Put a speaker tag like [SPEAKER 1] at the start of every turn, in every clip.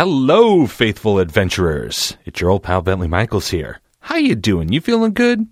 [SPEAKER 1] Hello, faithful adventurers. It's your old pal Bentley Michaels here. How you doing? You feeling good?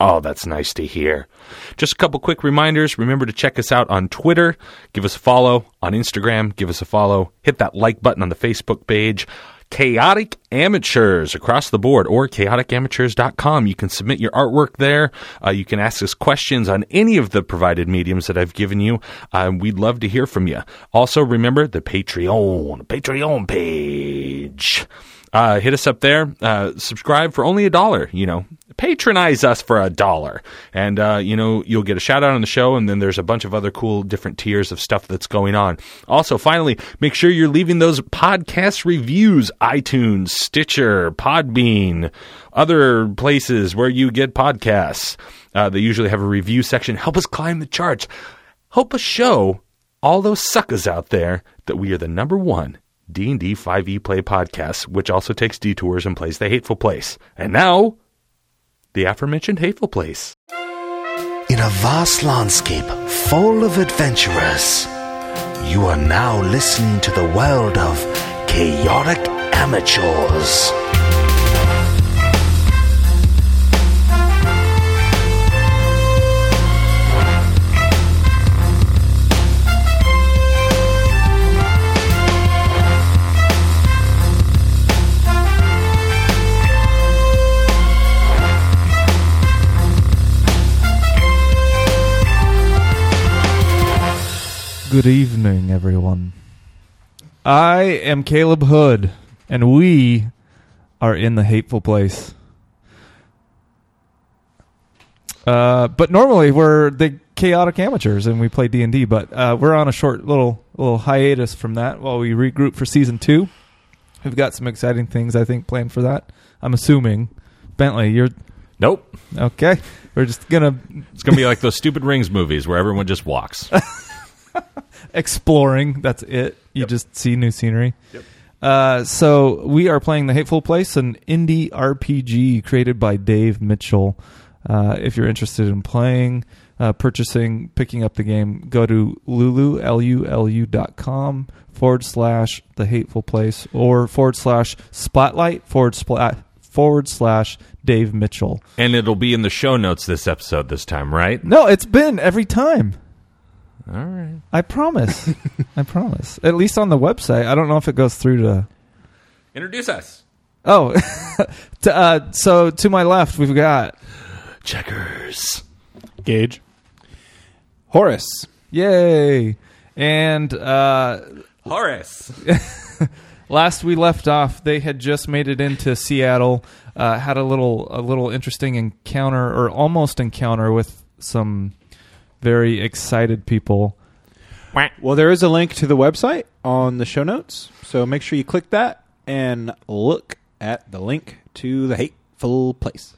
[SPEAKER 1] Oh, that's nice to hear. Just a couple quick reminders. Remember to check us out on Twitter. Give us a follow on Instagram. Give us a follow. Hit that like button on the Facebook page. Chaotic Amateurs across the board or chaoticamateurs.com. You can submit your artwork there. Uh, you can ask us questions on any of the provided mediums that I've given you. Uh, we'd love to hear from you. Also, remember the Patreon, Patreon page. Uh, hit us up there. Uh, subscribe for only a dollar. You know, patronize us for a dollar, and uh, you know you'll get a shout out on the show. And then there's a bunch of other cool different tiers of stuff that's going on. Also, finally, make sure you're leaving those podcast reviews, iTunes, Stitcher, Podbean, other places where you get podcasts. Uh, they usually have a review section. Help us climb the charts. Help us show all those suckers out there that we are the number one D&D 5e E play podcast, which also takes detours and plays The Hateful Place. And now, the aforementioned Hateful Place.
[SPEAKER 2] In a vast landscape full of adventurers, you are now listening to the world of chaotic amateurs.
[SPEAKER 3] Good evening, everyone. I am Caleb Hood, and we are in the hateful place. Uh, but normally we're the chaotic amateurs and we play D and D, but uh, we're on a short little little hiatus from that while we regroup for season two. We've got some exciting things I think planned for that. I'm assuming Bentley, you're
[SPEAKER 1] Nope.
[SPEAKER 3] okay. We're just gonna
[SPEAKER 1] It's going to be like those stupid Rings movies where everyone just walks.
[SPEAKER 3] exploring. That's it. You just see new scenery. Uh, so we are playing The Hateful Place, an indie RPG created by Dave Mitchell. Uh, if you're interested in playing, uh, purchasing, picking up the game, go to lulu, L-U-L-U dot com forward slash The Hateful Place or forward slash spotlight forward, spla- uh, forward slash Dave Mitchell.
[SPEAKER 1] and it'll be in the show notes this episode this time, right?
[SPEAKER 3] No, it's been every time.
[SPEAKER 1] All right.
[SPEAKER 3] I promise. I promise. At least on the website. I don't know if it goes through to
[SPEAKER 1] Introduce us.
[SPEAKER 3] Oh, to, uh, so to my left we've got
[SPEAKER 1] Checkers.
[SPEAKER 4] Gage. Horace.
[SPEAKER 3] yay, and uh,
[SPEAKER 1] Horace.
[SPEAKER 3] last we left off, they had just made it into Seattle, uh, had a little a little interesting encounter or almost encounter with some very excited people.
[SPEAKER 4] Well, there is a link to the website on the show notes, so make sure you click that and look at the link to the hateful place.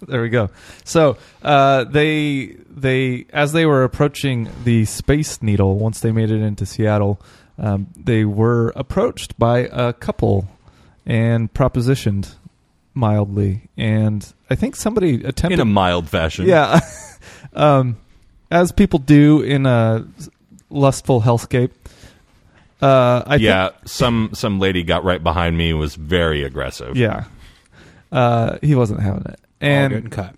[SPEAKER 3] There we go. So uh, they they as they were approaching the Space Needle, once they made it into Seattle, um, they were approached by a couple and propositioned mildly, and I think somebody
[SPEAKER 1] In
[SPEAKER 3] attempted
[SPEAKER 1] a mild fashion.
[SPEAKER 3] yeah, um, as people do in a lustful hellscape. Uh, I think-
[SPEAKER 1] yeah, some some lady got right behind me and was very aggressive.
[SPEAKER 3] yeah. Uh, he wasn't having it,
[SPEAKER 4] All good
[SPEAKER 3] and
[SPEAKER 4] and cut.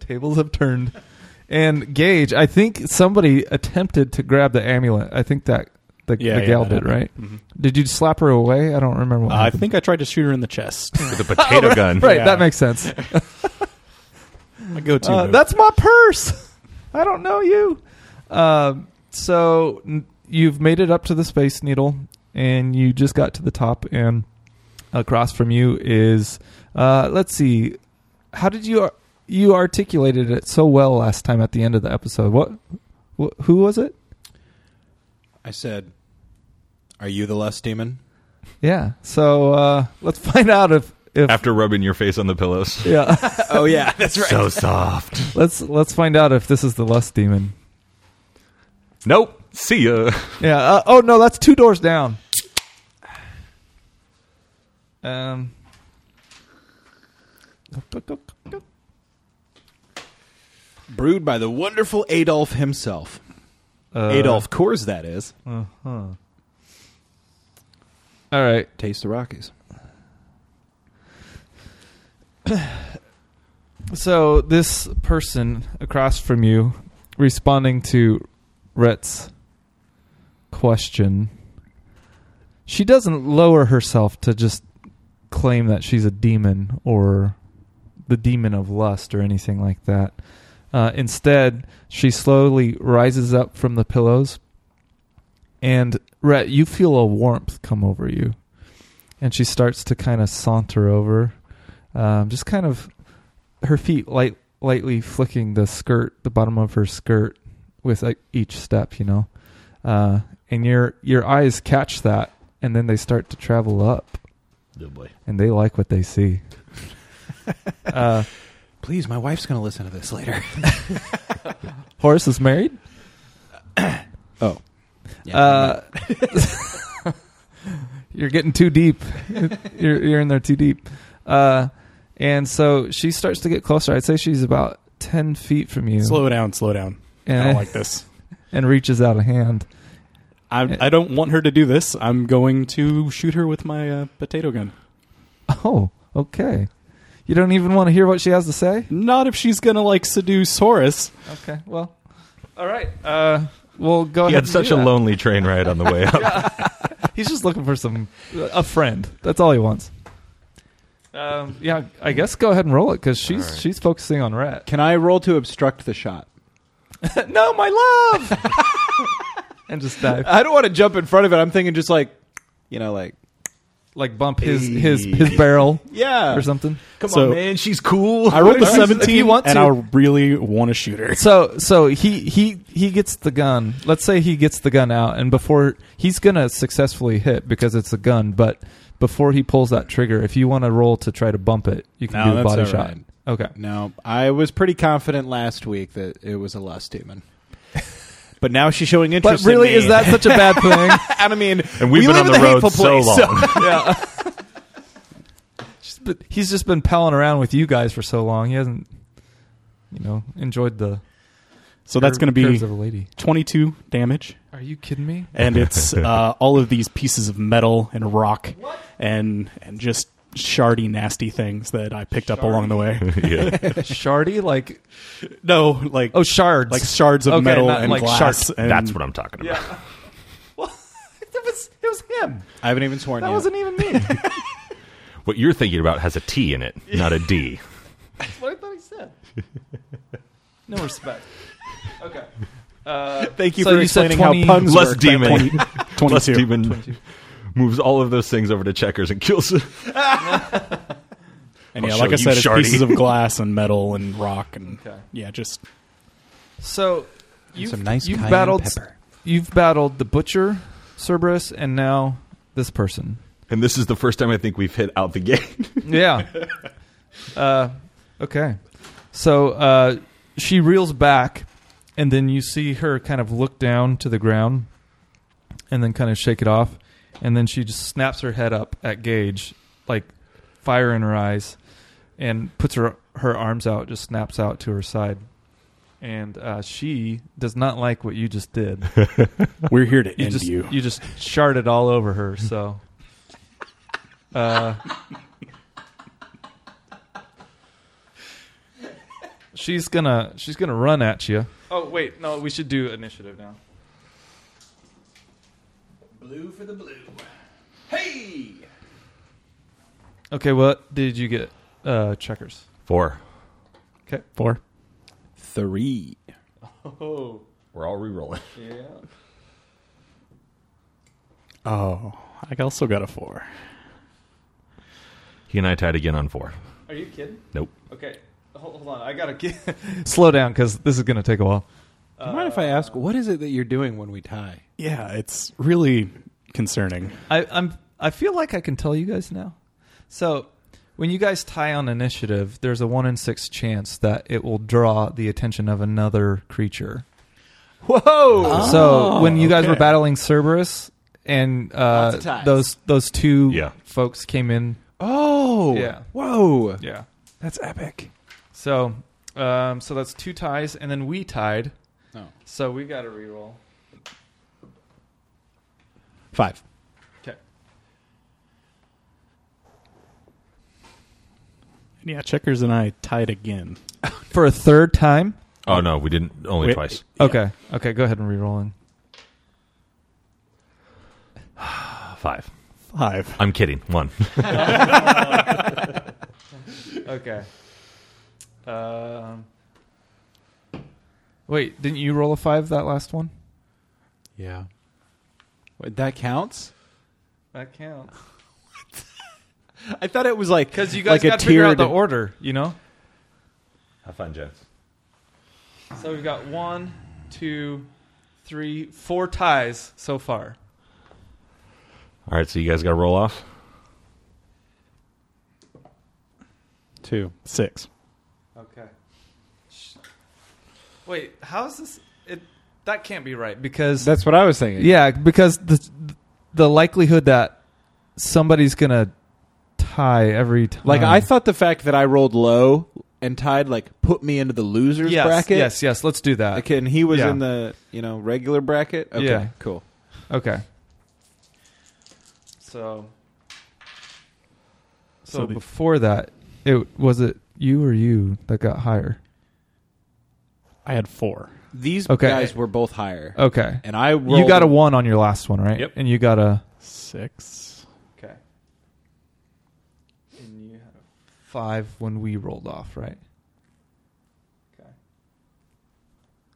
[SPEAKER 3] tables have turned. And Gage, I think somebody attempted to grab the amulet. I think that the,
[SPEAKER 5] Yeah,
[SPEAKER 3] the
[SPEAKER 5] yeah,
[SPEAKER 3] gal
[SPEAKER 5] that
[SPEAKER 3] did,
[SPEAKER 5] happened.
[SPEAKER 3] right? Did you slap her away? I don't remember. What
[SPEAKER 5] I
[SPEAKER 3] happened.
[SPEAKER 5] think I tried to shoot her in the chest.
[SPEAKER 1] With a potato gun.
[SPEAKER 3] right.
[SPEAKER 5] yeah.
[SPEAKER 3] That makes sense.
[SPEAKER 5] My go-to.
[SPEAKER 3] Uh,
[SPEAKER 5] move.
[SPEAKER 3] that's my purse. I don't know you. Um, so n- you've made it up to the Space Needle, and you just got to the top, and across from you is, uh, let's see, how did you ar- you articulated it so well last time at the end of the episode? What, wh- who was it?
[SPEAKER 4] I said, Are you the lust demon?
[SPEAKER 3] Yeah. So uh, let's find out if if
[SPEAKER 1] After rubbing your face on the pillows.
[SPEAKER 3] yeah.
[SPEAKER 4] oh, yeah, that's right.
[SPEAKER 1] So soft.
[SPEAKER 3] let's let's find out if this is the lust demon.
[SPEAKER 1] Nope. See ya.
[SPEAKER 3] Yeah. Uh, oh no, that's two doors down. Um.
[SPEAKER 4] Brewed by the wonderful Adolf himself.
[SPEAKER 3] Uh,
[SPEAKER 4] Adolf Coors, that is.
[SPEAKER 3] Uh-huh. All right.
[SPEAKER 4] Taste the Rockies.
[SPEAKER 3] So this person across from you, responding to Rhett's question, she doesn't lower herself to just claim that she's a demon or the demon of lust or anything like that. Uh, instead, she slowly rises up from the pillows, and Rhett, you feel a warmth come over you, and she starts to kind of saunter over, um, just kind of her feet light, lightly flicking the skirt, the bottom of her skirt, with like, each step, you know. Uh, and your your eyes catch that, and then they start to travel up,
[SPEAKER 1] Oh boy.
[SPEAKER 3] and they like what they see. uh,
[SPEAKER 4] Please, my wife's going to listen to this later.
[SPEAKER 3] Horace is married.
[SPEAKER 4] Oh.
[SPEAKER 3] uh, you're getting too deep. you're you're in there too deep. Uh, and so she starts to get closer. I'd say she's about ten feet from you,
[SPEAKER 5] Slow down, slow down. I
[SPEAKER 3] and
[SPEAKER 5] don't like this.
[SPEAKER 3] and reaches out a hand.
[SPEAKER 5] I, I don't want her to do this. I'm going to shoot her with my uh, potato gun.
[SPEAKER 3] Oh, okay. You don't even want to hear what she has to say?
[SPEAKER 5] Not if she's gonna like seduce Horus.
[SPEAKER 3] Okay, well. All right. Uh, well, go
[SPEAKER 1] He
[SPEAKER 3] ahead.
[SPEAKER 1] had
[SPEAKER 3] and
[SPEAKER 1] such
[SPEAKER 3] do
[SPEAKER 1] a
[SPEAKER 3] that.
[SPEAKER 1] lonely train ride on the way up.
[SPEAKER 3] He's just looking for some uh, a friend. That's all he wants. Um, yeah, I guess go ahead and roll it because she's
[SPEAKER 1] right.
[SPEAKER 3] she's focusing on Rhett.
[SPEAKER 4] Can I roll to obstruct the shot?
[SPEAKER 3] no, my love. and just dive
[SPEAKER 1] Uh,
[SPEAKER 4] I don't want to jump in front of it. I'm thinking just like, you know, like,
[SPEAKER 3] like bump his his his barrel
[SPEAKER 4] yeah.
[SPEAKER 3] or something.
[SPEAKER 1] Come
[SPEAKER 5] So-
[SPEAKER 1] man. She's cool.
[SPEAKER 5] I rolled a
[SPEAKER 3] If you
[SPEAKER 5] 17,
[SPEAKER 3] want
[SPEAKER 5] and
[SPEAKER 3] to.
[SPEAKER 5] I really want to shoot her.
[SPEAKER 3] So so he he he gets the gun. Let's say he gets the gun out and before he's going to successfully hit because it's a gun, but before he pulls that trigger, if you want to roll to try to bump it, you can
[SPEAKER 4] No,
[SPEAKER 3] do a
[SPEAKER 4] that's
[SPEAKER 3] body
[SPEAKER 4] all
[SPEAKER 3] shot.
[SPEAKER 4] right.
[SPEAKER 3] Okay.
[SPEAKER 4] No, I was pretty confident last week that it was a lust demon. But now she's showing
[SPEAKER 3] But
[SPEAKER 4] interest.
[SPEAKER 3] really
[SPEAKER 4] in me.
[SPEAKER 3] is that such a bad thing?
[SPEAKER 4] I mean,
[SPEAKER 1] and we've
[SPEAKER 4] we
[SPEAKER 1] been
[SPEAKER 4] live
[SPEAKER 1] on
[SPEAKER 4] in
[SPEAKER 1] the, road
[SPEAKER 4] hateful
[SPEAKER 1] so
[SPEAKER 4] place,
[SPEAKER 1] long.
[SPEAKER 3] yeah. Just been- he's just been palling around with you guys for so long. He hasn't you know, enjoyed the
[SPEAKER 5] So that's
[SPEAKER 3] curve-
[SPEAKER 5] gonna be
[SPEAKER 3] curves of a lady.
[SPEAKER 5] 22 damage.
[SPEAKER 3] Are you kidding me?
[SPEAKER 5] and it's uh, all of these pieces of metal and rock and and just shardy nasty things that I picked up along the way.
[SPEAKER 1] yeah.
[SPEAKER 3] Shardy like
[SPEAKER 5] No, like
[SPEAKER 3] oh shards.
[SPEAKER 5] like shards of
[SPEAKER 3] Okay,
[SPEAKER 5] metal
[SPEAKER 3] not
[SPEAKER 5] and
[SPEAKER 3] like
[SPEAKER 5] glass. And
[SPEAKER 1] That's what I'm talking about.
[SPEAKER 3] it was it was him.
[SPEAKER 4] I haven't even sworn
[SPEAKER 3] That
[SPEAKER 4] yet.
[SPEAKER 3] wasn't even me. That's
[SPEAKER 1] What you're thinking about has a T in it, not a D.
[SPEAKER 3] what I thought he said. No respect. Okay. Uh,
[SPEAKER 4] Thank you
[SPEAKER 3] So
[SPEAKER 4] for
[SPEAKER 3] you said 20
[SPEAKER 4] explaining how puns
[SPEAKER 1] Less
[SPEAKER 4] work.
[SPEAKER 1] demon.
[SPEAKER 5] 20, 22.
[SPEAKER 1] Plus, demon moves all of those things over to checkers and kills it.
[SPEAKER 5] And
[SPEAKER 1] I'll
[SPEAKER 5] yeah,
[SPEAKER 1] show
[SPEAKER 5] like I
[SPEAKER 1] you,
[SPEAKER 5] said, it's
[SPEAKER 1] shardy.
[SPEAKER 5] pieces of glass and metal and rock and
[SPEAKER 3] Okay.
[SPEAKER 5] yeah, just
[SPEAKER 3] so you've,
[SPEAKER 4] Some nice
[SPEAKER 3] you've
[SPEAKER 4] cayenne
[SPEAKER 3] battled
[SPEAKER 4] pepper.
[SPEAKER 3] you've battled the butcher, Cerberus, and now this person.
[SPEAKER 1] And this is the first time I think we've hit out the gate.
[SPEAKER 3] yeah. Uh, okay. So uh, she reels back, and then you see her kind of look down to the ground, and then kind of shake it off, and then she just snaps her head up at Gage, like fire in her eyes, and puts her her arms out, just snaps out to her side. And uh, she does not like what you just did.
[SPEAKER 5] we're here to
[SPEAKER 3] You
[SPEAKER 5] end
[SPEAKER 3] just
[SPEAKER 5] you.
[SPEAKER 3] just sharded all over her. So, uh, she's gonna she's gonna run at you. Oh wait, no, we should do initiative now. Blue for the blue. Hey. Okay, what did you get? Uh, checkers.
[SPEAKER 1] Four.
[SPEAKER 3] Okay.
[SPEAKER 5] Four.
[SPEAKER 4] Three.
[SPEAKER 3] Oh
[SPEAKER 1] We're all re-rolling.
[SPEAKER 3] yeah.
[SPEAKER 5] Oh, I also got a four.
[SPEAKER 1] He and I tied again on four.
[SPEAKER 3] Are you kidding?
[SPEAKER 1] Nope.
[SPEAKER 3] Okay, hold, hold on. I gotta get slow down because this is gonna take a while.
[SPEAKER 4] Do you mind if I ask, what is it that you're doing when we tie?
[SPEAKER 5] Yeah, it's really concerning.
[SPEAKER 3] I, I'm. I feel like I can tell you guys now. So, when you guys tie on initiative, there's a one in six chance that it will draw the attention of another creature.
[SPEAKER 4] Whoa!
[SPEAKER 3] so, when you guys were
[SPEAKER 5] okay.
[SPEAKER 3] battling Cerberus and
[SPEAKER 4] Oh, Lots of
[SPEAKER 3] uh,
[SPEAKER 4] ties.
[SPEAKER 3] those those two
[SPEAKER 1] Yeah.
[SPEAKER 3] folks came in,
[SPEAKER 4] oh!
[SPEAKER 3] Yeah.
[SPEAKER 4] Whoa!
[SPEAKER 3] yeah.
[SPEAKER 5] That's epic.
[SPEAKER 3] So, um, so that's two ties, and then we tied.
[SPEAKER 4] Oh.
[SPEAKER 3] So we got to reroll.
[SPEAKER 4] Five.
[SPEAKER 3] Okay.
[SPEAKER 5] And yeah, Checkers and I tied again.
[SPEAKER 3] for a third time.
[SPEAKER 1] Oh no, we didn't. Only
[SPEAKER 5] Wait.
[SPEAKER 1] twice.
[SPEAKER 3] Okay, okay, go ahead and re-rolling.
[SPEAKER 1] Five.
[SPEAKER 5] Five.
[SPEAKER 1] I'm kidding. One.
[SPEAKER 3] Okay. Um, wait, didn't you roll a five that last one?
[SPEAKER 4] Yeah. Wait, that counts?
[SPEAKER 3] That counts
[SPEAKER 4] I thought it was like
[SPEAKER 3] because you guys
[SPEAKER 4] like
[SPEAKER 3] got
[SPEAKER 4] a
[SPEAKER 3] to figure out
[SPEAKER 4] tiered-
[SPEAKER 3] the order, you know.
[SPEAKER 1] Have fun, gents.
[SPEAKER 3] So we've got one, two, three, four ties so far.
[SPEAKER 1] All right, so you guys got to roll off.
[SPEAKER 5] Two. Six.
[SPEAKER 3] Okay. Wait, how is this? It that can't be right because
[SPEAKER 4] That's what I was thinking.
[SPEAKER 3] yeah, because the the likelihood that somebody's gonna tie every time.
[SPEAKER 4] Like I thought the fact that I rolled low and tied like put me into the losers
[SPEAKER 3] yes,
[SPEAKER 4] bracket.
[SPEAKER 3] yes, yes. Let's do that.
[SPEAKER 4] Okay, and he was
[SPEAKER 3] Yeah.
[SPEAKER 4] in the you know regular bracket. Okay,
[SPEAKER 3] Yeah.
[SPEAKER 4] cool.
[SPEAKER 3] Okay. So. So,
[SPEAKER 5] So the-
[SPEAKER 3] before that, it was it you or you that got higher?
[SPEAKER 5] I had four.
[SPEAKER 4] These
[SPEAKER 3] Okay.
[SPEAKER 4] guys were both higher,
[SPEAKER 3] Okay.
[SPEAKER 4] and I rolled,
[SPEAKER 3] You got a one on your last one, right?
[SPEAKER 1] Yep.
[SPEAKER 3] And you got a
[SPEAKER 5] Six.
[SPEAKER 3] okay. And you had a five when we rolled off, right? Okay.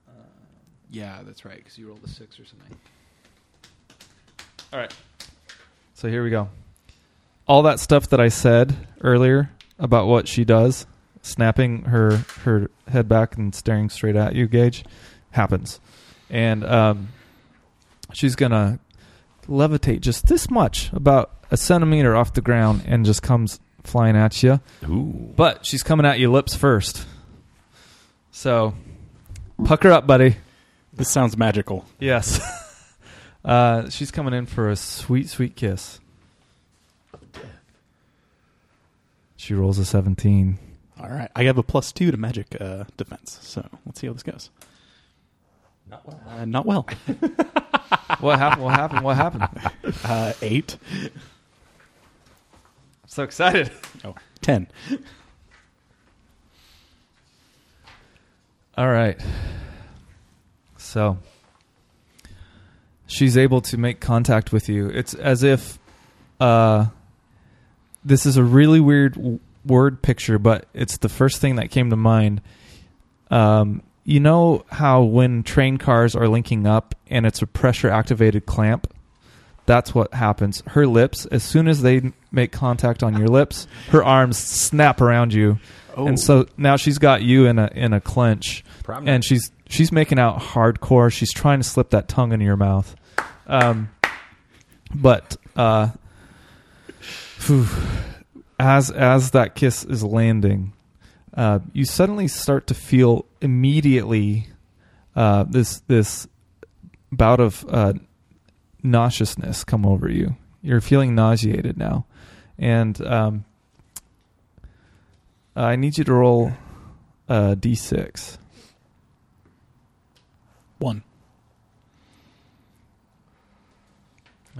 [SPEAKER 3] Uh,
[SPEAKER 4] Yeah, that's right, because you rolled a six or something.
[SPEAKER 3] All right. So here we go. All that stuff that I said earlier about what she does, snapping her her head back and staring straight at you, Gage, happens, and um, she's gonna levitate just this much, about a centimeter off the ground, and just comes flying at you.
[SPEAKER 1] Ooh.
[SPEAKER 3] But she's coming at you lips first. So, pucker up, buddy.
[SPEAKER 5] This sounds magical.
[SPEAKER 3] Yes. uh, she's coming in for a sweet, sweet kiss. She rolls a 17.
[SPEAKER 5] All right. I have a plus two to magic uh, defense. So let's see how this goes. Not well. Uh, not well.
[SPEAKER 3] What happened? What happened? What happened?
[SPEAKER 5] uh, eight.
[SPEAKER 3] I'm so excited.
[SPEAKER 5] Oh, ten.
[SPEAKER 3] All right. So she's able to make contact with you. It's as if uh, this is a really weird w- word picture, but it's the first thing that came to mind. Um, you know how when train cars are linking up and it's a pressure activated clamp? That's what happens. Her lips, as soon as they n- make contact on your lips, her arms snap around you. And so now she's got you in a in a clench
[SPEAKER 1] Prom
[SPEAKER 3] and she's she's making out hardcore. She's trying to slip that tongue into your mouth, um, but uh, phew, as as that kiss is landing, uh, you suddenly start to feel immediately uh, this this bout of uh, nauseousness come over you. You're feeling nauseated now, and um, I need you to roll a d6.
[SPEAKER 5] One.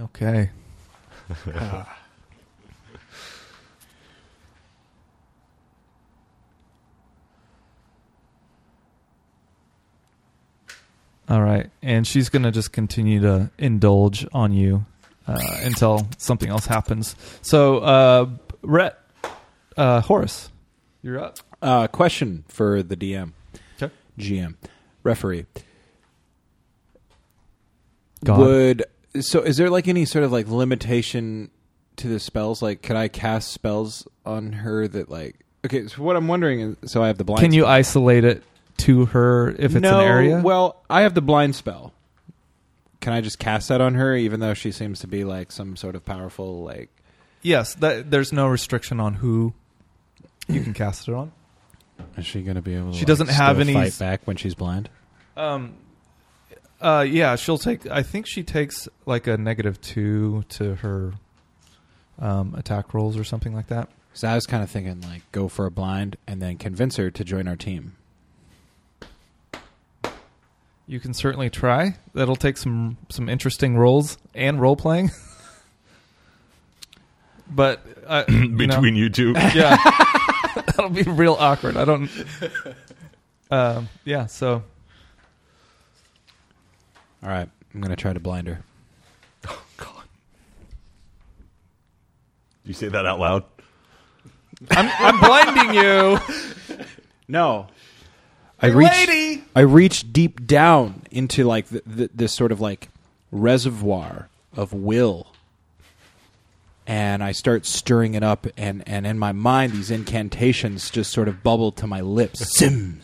[SPEAKER 3] Okay. All right, and she's gonna just continue to indulge on you uh, until something else happens. So, uh, Brett, uh, Horace, you're up.
[SPEAKER 4] Uh, question for the DM,
[SPEAKER 3] Okay.
[SPEAKER 4] GM, referee.
[SPEAKER 3] God.
[SPEAKER 4] Would so? Is there like any sort of like limitation to the spells? Like, can I cast spells on her that like? Okay, so what I'm wondering is, so I have the blind.
[SPEAKER 3] Can you isolate it to her if it's
[SPEAKER 4] no,
[SPEAKER 3] an area?
[SPEAKER 4] Well, I have the blind spell. Can I just cast that on her, even though she seems to be like some sort of powerful like?
[SPEAKER 3] yes. That, there's no restriction on who you can cast it on.
[SPEAKER 4] Is she going to be able? to
[SPEAKER 3] She doesn't have
[SPEAKER 4] still
[SPEAKER 3] any-
[SPEAKER 4] fight back when she's blind.
[SPEAKER 3] Um, uh, yeah, she'll take. I think she takes like a negative two to her um, attack rolls or something like that.
[SPEAKER 4] So I was kind of thinking like go for a blind and then convince her to join our team.
[SPEAKER 3] You can certainly try. That'll take some some interesting rolls and role playing. but uh,
[SPEAKER 1] Between you two.
[SPEAKER 3] yeah, that'll be real awkward. I don't. Um, yeah. So
[SPEAKER 4] All right, I'm gonna try to blind her.
[SPEAKER 1] God. You say that out loud?
[SPEAKER 3] I'm, I'm blinding you.
[SPEAKER 4] No, I reach. I reach deep down into like the, the, this sort of like reservoir of will, and I start stirring it up, and and in my mind these incantations just sort of bubble to my lips. Sim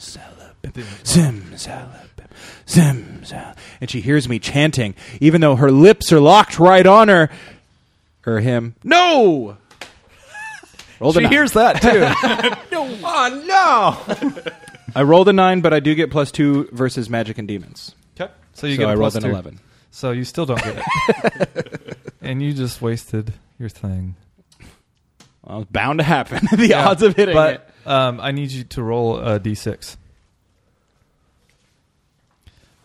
[SPEAKER 4] Sim Sim and she hears me chanting, even though her lips are locked right on her, or him. No. Rolled a
[SPEAKER 3] She
[SPEAKER 4] nine.
[SPEAKER 3] hears that too.
[SPEAKER 4] Oh no! I rolled a nine, but I do get plus two versus magic and demons.
[SPEAKER 3] So you get
[SPEAKER 4] so
[SPEAKER 3] a
[SPEAKER 4] I rolled
[SPEAKER 3] plus
[SPEAKER 4] an
[SPEAKER 3] two.
[SPEAKER 4] eleven.
[SPEAKER 3] So you still don't get it. and you just wasted your thing.
[SPEAKER 4] Well, it's bound to happen. the
[SPEAKER 3] Yeah,
[SPEAKER 4] odds of hitting it.
[SPEAKER 3] But um, I need you to roll a d6.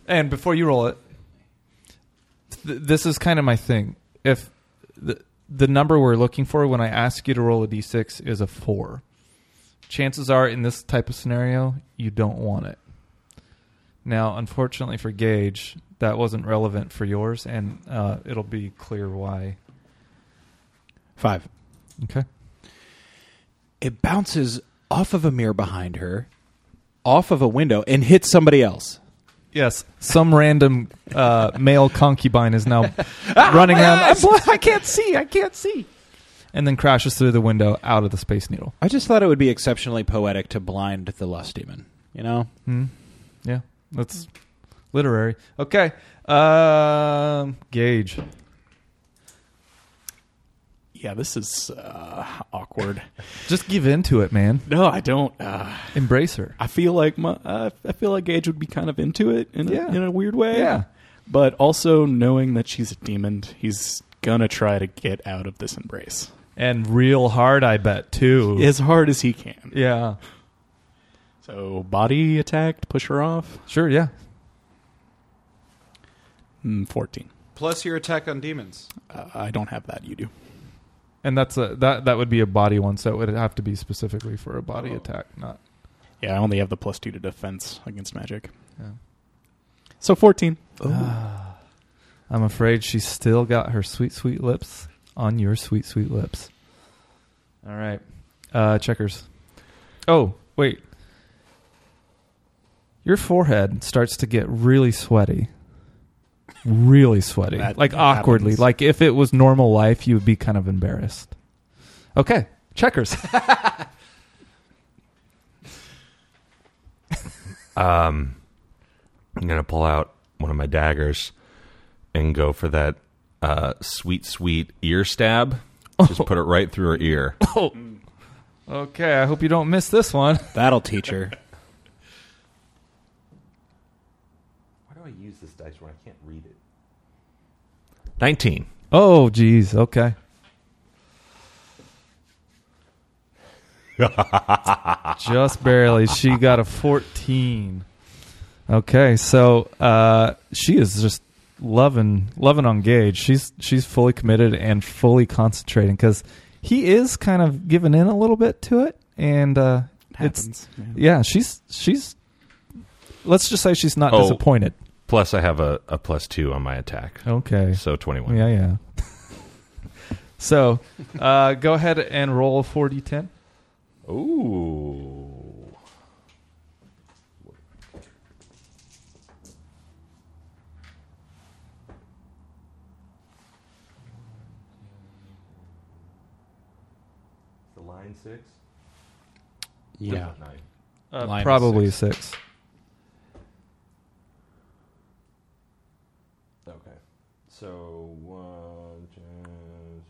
[SPEAKER 3] And before you roll it, th- this is kind of my thing. If the the number we're looking for when I ask you to roll a d6 is a four, chances are in this type of scenario you don't want it. Now, unfortunately for Gage, that wasn't relevant for yours, and uh, it'll be clear why.
[SPEAKER 4] Five.
[SPEAKER 3] Okay.
[SPEAKER 4] It bounces off of a mirror behind her, off of a window, and hits somebody else.
[SPEAKER 3] Yes, some random uh, male concubine is now running around. I'm blind, I can't see. I can't see. And then crashes through the window out of the space needle.
[SPEAKER 4] I just thought it would be exceptionally poetic to blind the lust demon. You know,
[SPEAKER 3] Hmm. Yeah, that's literary. Okay, um, Gage.
[SPEAKER 5] Yeah, this is uh, awkward.
[SPEAKER 3] Just give in to it, man.
[SPEAKER 5] No, I don't. Uh,
[SPEAKER 3] Embrace her.
[SPEAKER 5] I feel like my uh, I feel like Gage would be kind of into it in
[SPEAKER 3] Yeah.
[SPEAKER 5] a, in a weird way.
[SPEAKER 3] Yeah.
[SPEAKER 5] but also knowing that she's a demon, he's gonna try to get out of this embrace
[SPEAKER 3] And real hard, I bet too.
[SPEAKER 5] as hard as he can.
[SPEAKER 3] Yeah.
[SPEAKER 5] So body attacked, push her off.
[SPEAKER 3] Sure. Yeah.
[SPEAKER 5] Mm, Fourteen.
[SPEAKER 4] plus your attack on demons.
[SPEAKER 5] Uh, I don't have that. You do.
[SPEAKER 3] And that's a that that would be a body one, so it would have to be specifically for a body attack, not.
[SPEAKER 5] Yeah, I only have the plus two to defense against magic.
[SPEAKER 3] Yeah.
[SPEAKER 5] So fourteen.
[SPEAKER 3] Ah. I'm afraid she's still got her sweet, sweet lips on your sweet, sweet lips. All right. Uh, checkers. Oh, wait. Your forehead starts to get really sweaty. Really sweaty.
[SPEAKER 5] That
[SPEAKER 3] like awkwardly.
[SPEAKER 5] happens.
[SPEAKER 3] Like if it was normal life, you would be kind of embarrassed. Okay. Checkers.
[SPEAKER 1] Um, I'm gonna pull out one of my daggers and go for that uh, sweet, sweet ear stab. Just put it right through her ear.
[SPEAKER 3] okay. I hope you don't miss this one.
[SPEAKER 4] That'll teach her.
[SPEAKER 1] Why do I use this dice when I can't read it? Nineteen.
[SPEAKER 3] Oh, geez. Okay. Just barely. She got a 14. Okay, so uh, she is just loving loving on Gage. She's she's fully committed and fully concentrating because he is kind of giving in a little bit to it, and uh, it's
[SPEAKER 5] Happens. yeah.
[SPEAKER 3] yeah. She's she's let's just say she's not
[SPEAKER 1] Oh.
[SPEAKER 3] disappointed.
[SPEAKER 1] Plus, I have a, a plus two on my attack,
[SPEAKER 3] Okay,
[SPEAKER 1] so twenty-one.
[SPEAKER 3] Yeah, yeah. so, uh, go ahead and roll 4d10.
[SPEAKER 1] Ooh. The line six?
[SPEAKER 4] Yeah.
[SPEAKER 1] Nine.
[SPEAKER 3] Uh,
[SPEAKER 4] Line is
[SPEAKER 3] probably six.
[SPEAKER 1] Okay. So, one, two,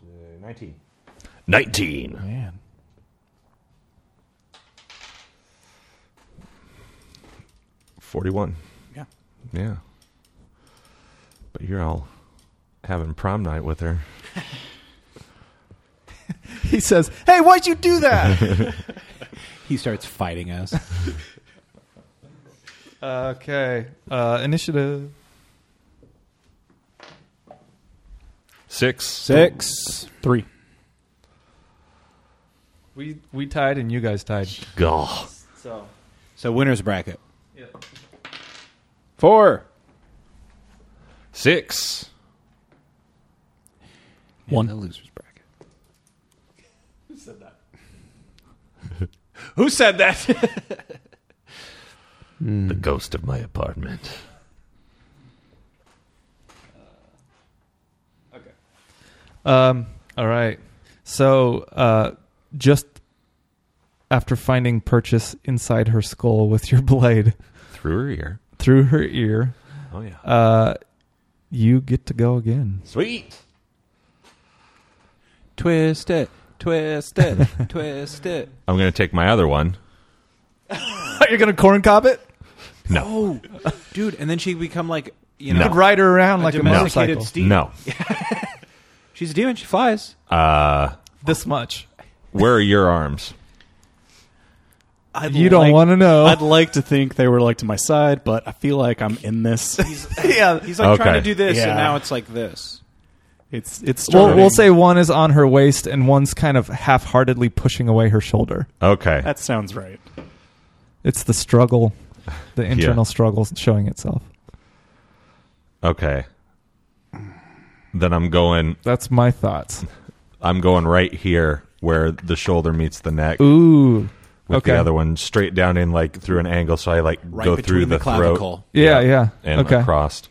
[SPEAKER 1] three, 19. 19.
[SPEAKER 3] Man.
[SPEAKER 1] Forty-one.
[SPEAKER 5] Yeah.
[SPEAKER 1] Yeah. But you're all having prom night with her.
[SPEAKER 3] He says, Hey, why'd you do that?
[SPEAKER 4] He starts fighting us.
[SPEAKER 3] okay. Uh, initiative.
[SPEAKER 1] Six.
[SPEAKER 4] Six.
[SPEAKER 5] Three.
[SPEAKER 3] We we tied and you guys tied.
[SPEAKER 1] Gah.
[SPEAKER 3] So
[SPEAKER 4] So winners bracket.
[SPEAKER 3] Yeah.
[SPEAKER 4] Four.
[SPEAKER 1] Six.
[SPEAKER 5] One.
[SPEAKER 4] the losers bracket.
[SPEAKER 5] Who said that?
[SPEAKER 1] The ghost of my apartment.
[SPEAKER 3] Um, all right. So uh, just after finding purchase inside her skull with your blade
[SPEAKER 1] Through her ear.
[SPEAKER 3] through her ear,
[SPEAKER 1] Oh, yeah.
[SPEAKER 3] uh, you get to go again.
[SPEAKER 1] Sweet.
[SPEAKER 4] Twist it. Twist it. twist it.
[SPEAKER 1] I'm going to take my other one.
[SPEAKER 3] You're gonna corn cob it?
[SPEAKER 1] No.
[SPEAKER 4] Oh, dude! And then she become like you
[SPEAKER 1] No.
[SPEAKER 4] know
[SPEAKER 3] You could ride her around like a
[SPEAKER 4] domesticated
[SPEAKER 3] motorcycle.
[SPEAKER 4] steed.
[SPEAKER 1] No.
[SPEAKER 4] She's a demon. She flies.
[SPEAKER 1] Uh,
[SPEAKER 3] This much.
[SPEAKER 1] where are your arms?
[SPEAKER 5] I'd
[SPEAKER 3] You don't want to know.
[SPEAKER 5] I'd like to think they were like to my side, but I feel like I'm in this.
[SPEAKER 4] yeah, he's like trying
[SPEAKER 1] Okay.
[SPEAKER 4] to do this,
[SPEAKER 5] Yeah.
[SPEAKER 4] and now it's like this.
[SPEAKER 5] It's it's.
[SPEAKER 3] We'll, we'll
[SPEAKER 5] starting.
[SPEAKER 3] say one is on her waist and one's kind of half-heartedly pushing away her shoulder.
[SPEAKER 1] Okay.
[SPEAKER 5] that sounds right.
[SPEAKER 3] It's the struggle, the internal struggle showing itself.
[SPEAKER 1] Okay. Then I'm going
[SPEAKER 3] That's my thoughts.
[SPEAKER 1] I'm going right here where the shoulder meets the neck
[SPEAKER 3] Ooh.
[SPEAKER 1] with
[SPEAKER 3] okay.
[SPEAKER 1] the other one straight down in like through an angle so I like
[SPEAKER 4] Right
[SPEAKER 1] go through
[SPEAKER 4] between
[SPEAKER 1] the, throat
[SPEAKER 4] clavicle.
[SPEAKER 3] Yeah, yeah.
[SPEAKER 1] and
[SPEAKER 3] okay.
[SPEAKER 1] across.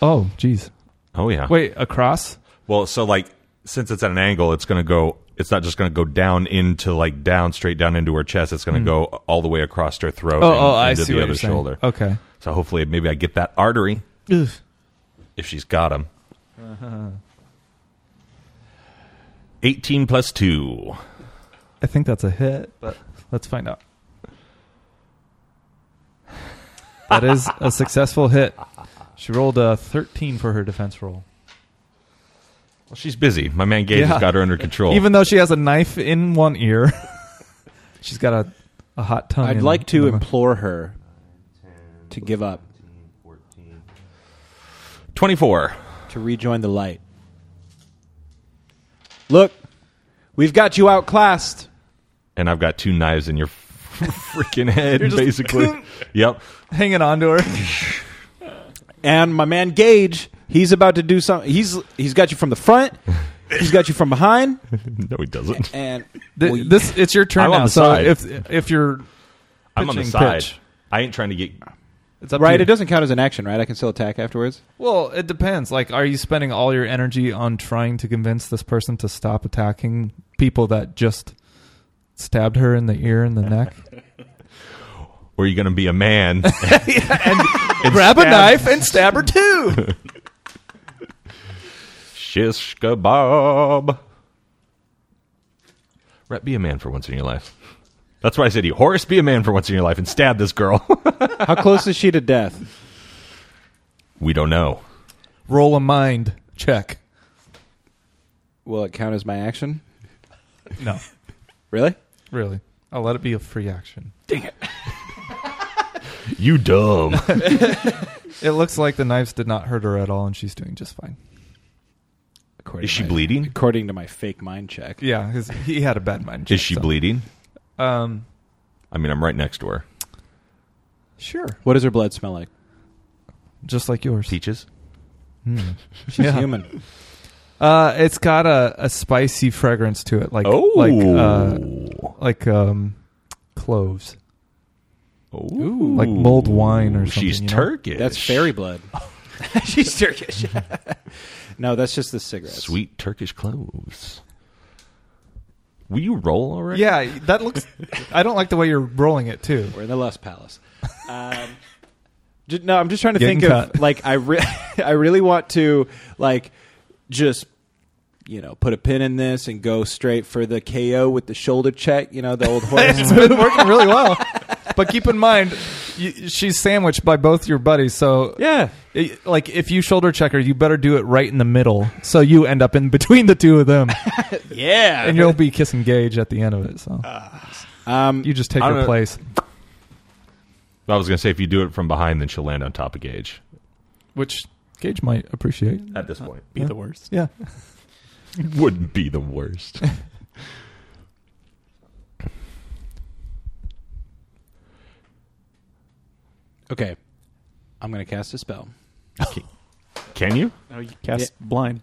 [SPEAKER 3] Oh, jeez.
[SPEAKER 1] Oh yeah.
[SPEAKER 3] Wait, across?
[SPEAKER 1] Well, so like since it's at an angle, it's going to go it's not just going to go down into like down straight down into her chest. It's going to go all the way across her throat
[SPEAKER 3] Hmm. Oh,
[SPEAKER 1] and
[SPEAKER 3] oh, I
[SPEAKER 1] into
[SPEAKER 3] see
[SPEAKER 1] the
[SPEAKER 3] what
[SPEAKER 1] other
[SPEAKER 3] you're saying.
[SPEAKER 1] shoulder.
[SPEAKER 3] Okay.
[SPEAKER 1] So hopefully maybe I get that artery if she's got him.
[SPEAKER 3] Uh-huh.
[SPEAKER 1] 18 plus 2.
[SPEAKER 3] I think that's a hit, but let's find out. That is a successful hit. She rolled a 13 for her defense roll.
[SPEAKER 1] Well, she's busy. My man Gage
[SPEAKER 3] Yeah.
[SPEAKER 1] has got her under control.
[SPEAKER 3] Even though she has a knife in one ear, she's got a, a hot tongue.
[SPEAKER 4] I'd
[SPEAKER 3] in-
[SPEAKER 4] like to
[SPEAKER 3] in the-
[SPEAKER 4] implore her to give up,
[SPEAKER 1] 24.
[SPEAKER 4] to rejoin the light. Look, we've got you outclassed.
[SPEAKER 1] And I've got two knives in your freaking head, basically. yep.
[SPEAKER 3] hanging on to her.
[SPEAKER 4] and my man Gage, he's about to do something. He's he's got you from the front, he's got you from behind,
[SPEAKER 1] No, he doesn't.
[SPEAKER 4] and
[SPEAKER 3] Th-
[SPEAKER 4] Well,
[SPEAKER 3] this it's your turn
[SPEAKER 1] I'm on
[SPEAKER 3] now.
[SPEAKER 1] the
[SPEAKER 3] So
[SPEAKER 1] side.
[SPEAKER 3] if if you're
[SPEAKER 1] I'm on the
[SPEAKER 3] pitching
[SPEAKER 1] side.
[SPEAKER 3] pitch.
[SPEAKER 1] I ain't trying to get.
[SPEAKER 3] it's up to
[SPEAKER 4] right,
[SPEAKER 3] you.
[SPEAKER 4] it doesn't count as an action, right? I can still attack afterwards.
[SPEAKER 3] Well, it depends. Like, are you spending all your energy on trying to convince this person to stop attacking people that just stabbed her in the ear and the neck?
[SPEAKER 1] Or you going to be a man?
[SPEAKER 3] Grab a knife and stab her too.
[SPEAKER 1] Shish kebab. Rep, be a man for once in your life. That's why I said to you, Horace, be a man for once in your life and stab this girl.
[SPEAKER 4] How close is she to death?
[SPEAKER 1] we don't know.
[SPEAKER 3] Roll a mind check.
[SPEAKER 4] Will it count as my action?
[SPEAKER 3] No,
[SPEAKER 4] Really?
[SPEAKER 3] really. I'll let it be a free action.
[SPEAKER 1] You dumb.
[SPEAKER 3] It looks like the knives did not hurt her at all, and she's doing just fine.
[SPEAKER 4] According
[SPEAKER 1] Is
[SPEAKER 4] to
[SPEAKER 1] she
[SPEAKER 4] my-
[SPEAKER 1] bleeding?
[SPEAKER 4] According to my fake mind check,
[SPEAKER 3] Yeah, 'cause he had a bad mind. Check,
[SPEAKER 1] Is she
[SPEAKER 3] so.
[SPEAKER 1] bleeding?
[SPEAKER 3] Um,
[SPEAKER 1] I mean, I'm right next to her.
[SPEAKER 3] sure.
[SPEAKER 4] what does her blood smell like?
[SPEAKER 3] Just like yours.
[SPEAKER 1] Peaches?
[SPEAKER 3] Hmm.
[SPEAKER 4] She's
[SPEAKER 3] Yeah.
[SPEAKER 4] human.
[SPEAKER 3] Uh, it's got a, a spicy fragrance to it, like
[SPEAKER 1] Oh.
[SPEAKER 3] like uh, like um, cloves.
[SPEAKER 1] Oh. Ooh.
[SPEAKER 3] like mulled wine or something,
[SPEAKER 1] She's
[SPEAKER 3] you know?
[SPEAKER 1] Turkish.
[SPEAKER 4] That's fairy blood. She's Turkish. no, that's just the cigarettes.
[SPEAKER 1] Sweet Turkish cloves. Will you roll already?
[SPEAKER 3] Yeah, that looks. I don't like the way you're rolling it too.
[SPEAKER 4] We're in the Lust Palace. Um, ju- no, I'm just trying to
[SPEAKER 3] Getting
[SPEAKER 4] think
[SPEAKER 3] cut.
[SPEAKER 4] of like I re- I really want to like just you know put a pin in this and go straight for the KO with the shoulder check. You know the old
[SPEAKER 3] It's
[SPEAKER 4] horse.
[SPEAKER 3] been working really well, but keep in mind you, she's sandwiched by both your buddies. So
[SPEAKER 4] yeah,
[SPEAKER 3] it- like if you shoulder check her, you better do it right in the middle, so you end up in between the two of them,
[SPEAKER 4] yeah.
[SPEAKER 3] and you'll be kissing Gage at the end of it. So
[SPEAKER 4] um,
[SPEAKER 3] you just take
[SPEAKER 1] Uh, I don't
[SPEAKER 3] her
[SPEAKER 1] know.
[SPEAKER 3] place,
[SPEAKER 1] I was going to say, if you do it from behind, then she'll land on top of Gage
[SPEAKER 3] which Gage might appreciate.
[SPEAKER 1] at this point.
[SPEAKER 5] Be
[SPEAKER 3] Yeah.
[SPEAKER 5] the worst.
[SPEAKER 3] Yeah,
[SPEAKER 1] Wouldn't be the worst.
[SPEAKER 4] Okay, I'm gonna cast a spell.
[SPEAKER 1] Can you?
[SPEAKER 5] Oh, you cast blind.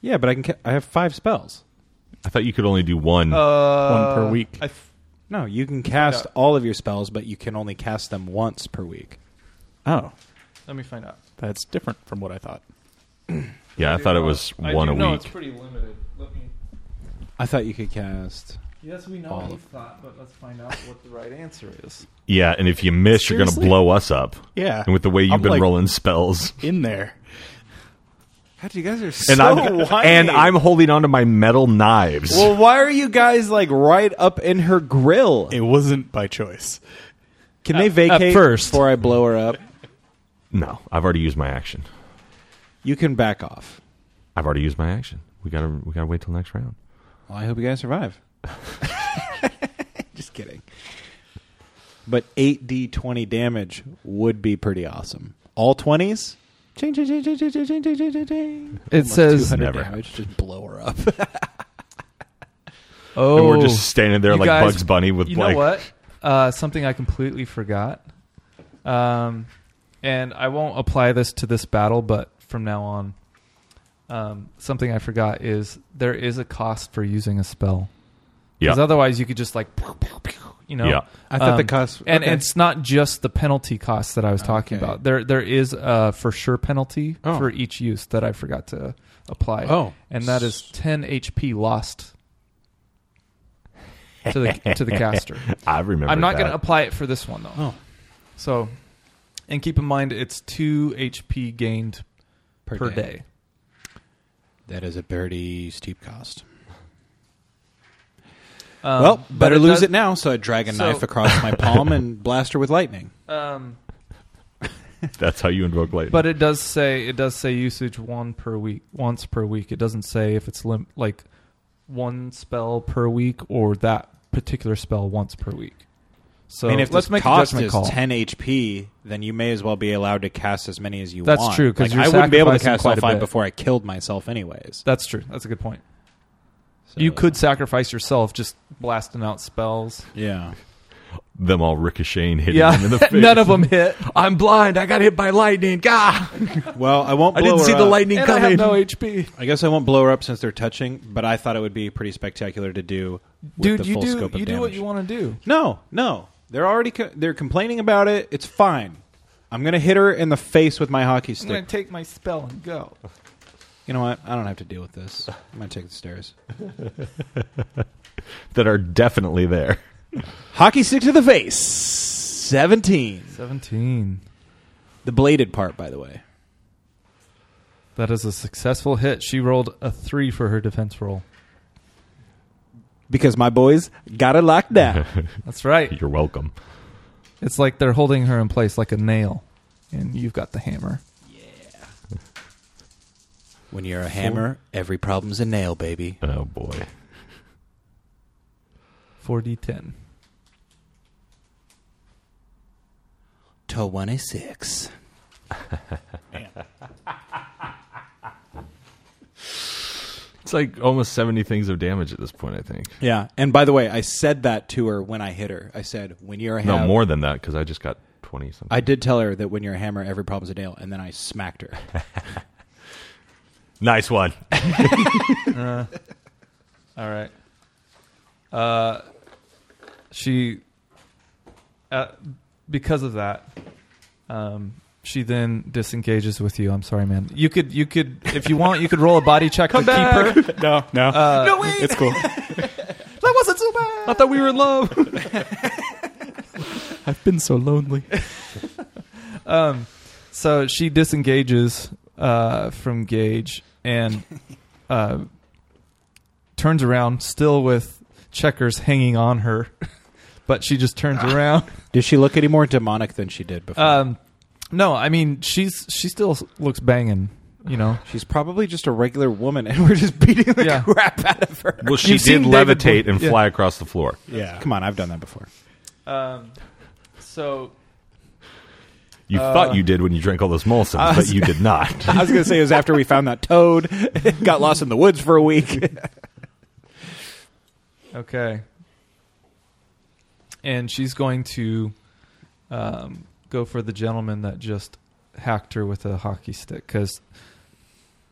[SPEAKER 4] Yeah, but I can. Ca- I have five spells.
[SPEAKER 1] I thought you could only do one.
[SPEAKER 3] Uh,
[SPEAKER 5] per week.
[SPEAKER 3] I f-
[SPEAKER 4] No, you can cast all of your spells, but you can only cast them once per week.
[SPEAKER 5] Oh,
[SPEAKER 3] let me find out.
[SPEAKER 5] that's different from what I thought.
[SPEAKER 1] yeah, I thought it was
[SPEAKER 3] I
[SPEAKER 1] one
[SPEAKER 3] do
[SPEAKER 1] a
[SPEAKER 3] know
[SPEAKER 1] week.
[SPEAKER 3] it's pretty limited. Let me.
[SPEAKER 4] I thought you could cast.
[SPEAKER 3] Yes, we
[SPEAKER 1] Oh.
[SPEAKER 3] know what you thought, but let's find out what the right answer is.
[SPEAKER 1] yeah, and if you miss, you're going
[SPEAKER 5] Seriously?
[SPEAKER 1] to blow us up.
[SPEAKER 5] Yeah.
[SPEAKER 1] And with the way you've
[SPEAKER 5] I'm,
[SPEAKER 1] been
[SPEAKER 5] like,
[SPEAKER 1] rolling spells,
[SPEAKER 5] in there.
[SPEAKER 4] God, you guys are so
[SPEAKER 1] and I'm and I'm holding onto my metal knives.
[SPEAKER 4] Well, why are you guys like right up in her grill?
[SPEAKER 5] It wasn't by choice.
[SPEAKER 4] Can they vacate
[SPEAKER 3] first.
[SPEAKER 4] before I blow her up?
[SPEAKER 1] no, I've already used my action.
[SPEAKER 4] You can back off.
[SPEAKER 1] I've already used my action. We gotta we gotta wait till next round.
[SPEAKER 4] Well, I hope you guys survive. Just kidding. But 8d20 damage would be pretty awesome. All 20s? Ching, ching, ching, ching, ching, ching, ching, ching, ching, ching, ching.
[SPEAKER 3] It says,
[SPEAKER 4] 200
[SPEAKER 1] Never
[SPEAKER 4] damage. Just blow her up.
[SPEAKER 3] "Oh,
[SPEAKER 1] and we're just standing there
[SPEAKER 3] you
[SPEAKER 1] like
[SPEAKER 3] guys-
[SPEAKER 1] Bugs Bunny with
[SPEAKER 3] you
[SPEAKER 1] like
[SPEAKER 3] know what? Uh, something I completely forgot. Um, and I won't apply this to this battle, but from now on, um, something I forgot is there is a cost for using a spell.
[SPEAKER 1] yeah.
[SPEAKER 3] Because otherwise, you could just like, pew, pew, pew, you know.
[SPEAKER 1] Yeah.
[SPEAKER 4] I thought the
[SPEAKER 3] Um,
[SPEAKER 4] cost-
[SPEAKER 3] and
[SPEAKER 4] okay.
[SPEAKER 3] it's not just the penalty cost that I was talking
[SPEAKER 4] Okay.
[SPEAKER 3] about. There, there is a for sure penalty
[SPEAKER 4] Oh.
[SPEAKER 3] for each use that I forgot to apply.
[SPEAKER 4] Oh.
[SPEAKER 3] and that is 10 HP lost to the to the caster.
[SPEAKER 1] I remember.
[SPEAKER 3] I'm not
[SPEAKER 1] that.
[SPEAKER 3] going to apply it for this one though.
[SPEAKER 4] Oh.
[SPEAKER 3] So, and keep in mind it's two HP gained per, day.
[SPEAKER 4] That is a pretty steep cost.
[SPEAKER 3] Um,
[SPEAKER 4] well,
[SPEAKER 3] but
[SPEAKER 4] better lose
[SPEAKER 3] does-
[SPEAKER 4] it now, so I drag a
[SPEAKER 3] So-
[SPEAKER 4] knife across my palm and blast her with lightning.
[SPEAKER 3] Um,
[SPEAKER 1] That's how you invoke lightning.
[SPEAKER 3] but it does say it does say usage one per week, once per week. It doesn't say if it's lim- like one spell per week or that particular spell once per week. So
[SPEAKER 4] I mean, if
[SPEAKER 3] Oh. let's
[SPEAKER 4] this
[SPEAKER 3] make
[SPEAKER 4] cost
[SPEAKER 3] a judgment
[SPEAKER 4] is
[SPEAKER 3] call.
[SPEAKER 4] 10 HP, then you may as well be allowed to cast as many as you
[SPEAKER 3] That's
[SPEAKER 4] want.
[SPEAKER 3] true, 'cause
[SPEAKER 4] Like,
[SPEAKER 3] you're
[SPEAKER 4] I wouldn't be able to
[SPEAKER 3] sacrificing
[SPEAKER 4] cast all
[SPEAKER 3] quite a
[SPEAKER 4] five
[SPEAKER 3] bit.
[SPEAKER 4] before I killed myself, anyways.
[SPEAKER 3] That's true. That's a good point. Uh,
[SPEAKER 4] So-
[SPEAKER 3] You could sacrifice yourself just blasting out spells.
[SPEAKER 4] yeah.
[SPEAKER 1] Them all ricocheting, hitting
[SPEAKER 3] Yeah,
[SPEAKER 1] them in the face.
[SPEAKER 3] none of them hit.
[SPEAKER 1] I'm blind. I got hit by lightning. Gah!
[SPEAKER 4] Well, I won't.
[SPEAKER 1] I
[SPEAKER 4] Blow
[SPEAKER 1] didn't
[SPEAKER 4] her
[SPEAKER 1] see the
[SPEAKER 4] up.
[SPEAKER 1] lightning
[SPEAKER 3] And I
[SPEAKER 1] coming.
[SPEAKER 3] have no HP.
[SPEAKER 4] I guess I won't blow her up since they're touching. But I thought it would be pretty spectacular to do. With
[SPEAKER 3] Dude,
[SPEAKER 4] the
[SPEAKER 3] you
[SPEAKER 4] full
[SPEAKER 3] do
[SPEAKER 4] Scope of
[SPEAKER 3] you do what
[SPEAKER 4] damage.
[SPEAKER 3] you want to do.
[SPEAKER 4] No, no. They're already co- they're complaining about it. It's fine. I'm gonna hit her in the face with my hockey
[SPEAKER 3] I'm going
[SPEAKER 4] stick.
[SPEAKER 3] to take my spell and go.
[SPEAKER 4] you know what? I don't have to deal with this. I'm gonna take the stairs.
[SPEAKER 1] that are definitely there.
[SPEAKER 4] Hockey stick to the face. Seventeen.
[SPEAKER 3] 17.
[SPEAKER 4] The bladed part, by the way.
[SPEAKER 3] That is a successful hit. She rolled a 3 for her defense roll.
[SPEAKER 4] Because my boys got it locked down.
[SPEAKER 3] That's right.
[SPEAKER 1] You're welcome.
[SPEAKER 3] It's like they're holding her in place like a nail and you've got the hammer.
[SPEAKER 4] when you're a hammer, every problem's a nail, baby.
[SPEAKER 1] Oh boy.
[SPEAKER 3] 4d10.
[SPEAKER 4] Twenty six.
[SPEAKER 1] It's like almost 70 things of damage at this point, I think.
[SPEAKER 4] Yeah, and by the way, I said that to her when I hit her. I said, "When you're a hammer."
[SPEAKER 1] No, more than that cuz I just got 20 something.
[SPEAKER 4] I did tell her that when you're a hammer, every problem's a nail, and then I smacked her.
[SPEAKER 1] nice one.
[SPEAKER 3] All right. Uh, she, uh, because of that, um, she then disengages with you. I'm sorry, man. You could, you could, if you want, you could roll a body check to keep her.
[SPEAKER 5] No, no.
[SPEAKER 3] Uh,
[SPEAKER 5] no, wait. It's cool.
[SPEAKER 3] That wasn't so bad. I thought we were in love.
[SPEAKER 5] I've been so lonely.
[SPEAKER 3] um, so she disengages uh, from Gage and uh, turns around, still with checkers hanging on her, but she just turns around.
[SPEAKER 4] Did she look any more demonic than she did before?
[SPEAKER 3] Um, no, I mean she's she still s- looks banging. You know,
[SPEAKER 4] She's probably just a regular woman, and we're just beating the
[SPEAKER 3] Yeah.
[SPEAKER 4] crap out of her.
[SPEAKER 1] Well, she
[SPEAKER 3] You've
[SPEAKER 1] did
[SPEAKER 3] seen David
[SPEAKER 1] levitate
[SPEAKER 3] Bo-
[SPEAKER 1] and
[SPEAKER 3] yeah.
[SPEAKER 1] fly across the floor.
[SPEAKER 5] Yeah.
[SPEAKER 4] Come on, I've done that before.
[SPEAKER 3] um, so
[SPEAKER 1] You
[SPEAKER 3] Uh,
[SPEAKER 1] thought you did when you drank all those Molsons, but you did not.
[SPEAKER 4] I was going to say it was after we found that toad, got lost in the woods for a week.
[SPEAKER 3] okay, and she's going to um, go for the gentleman that just hacked her with a hockey stick because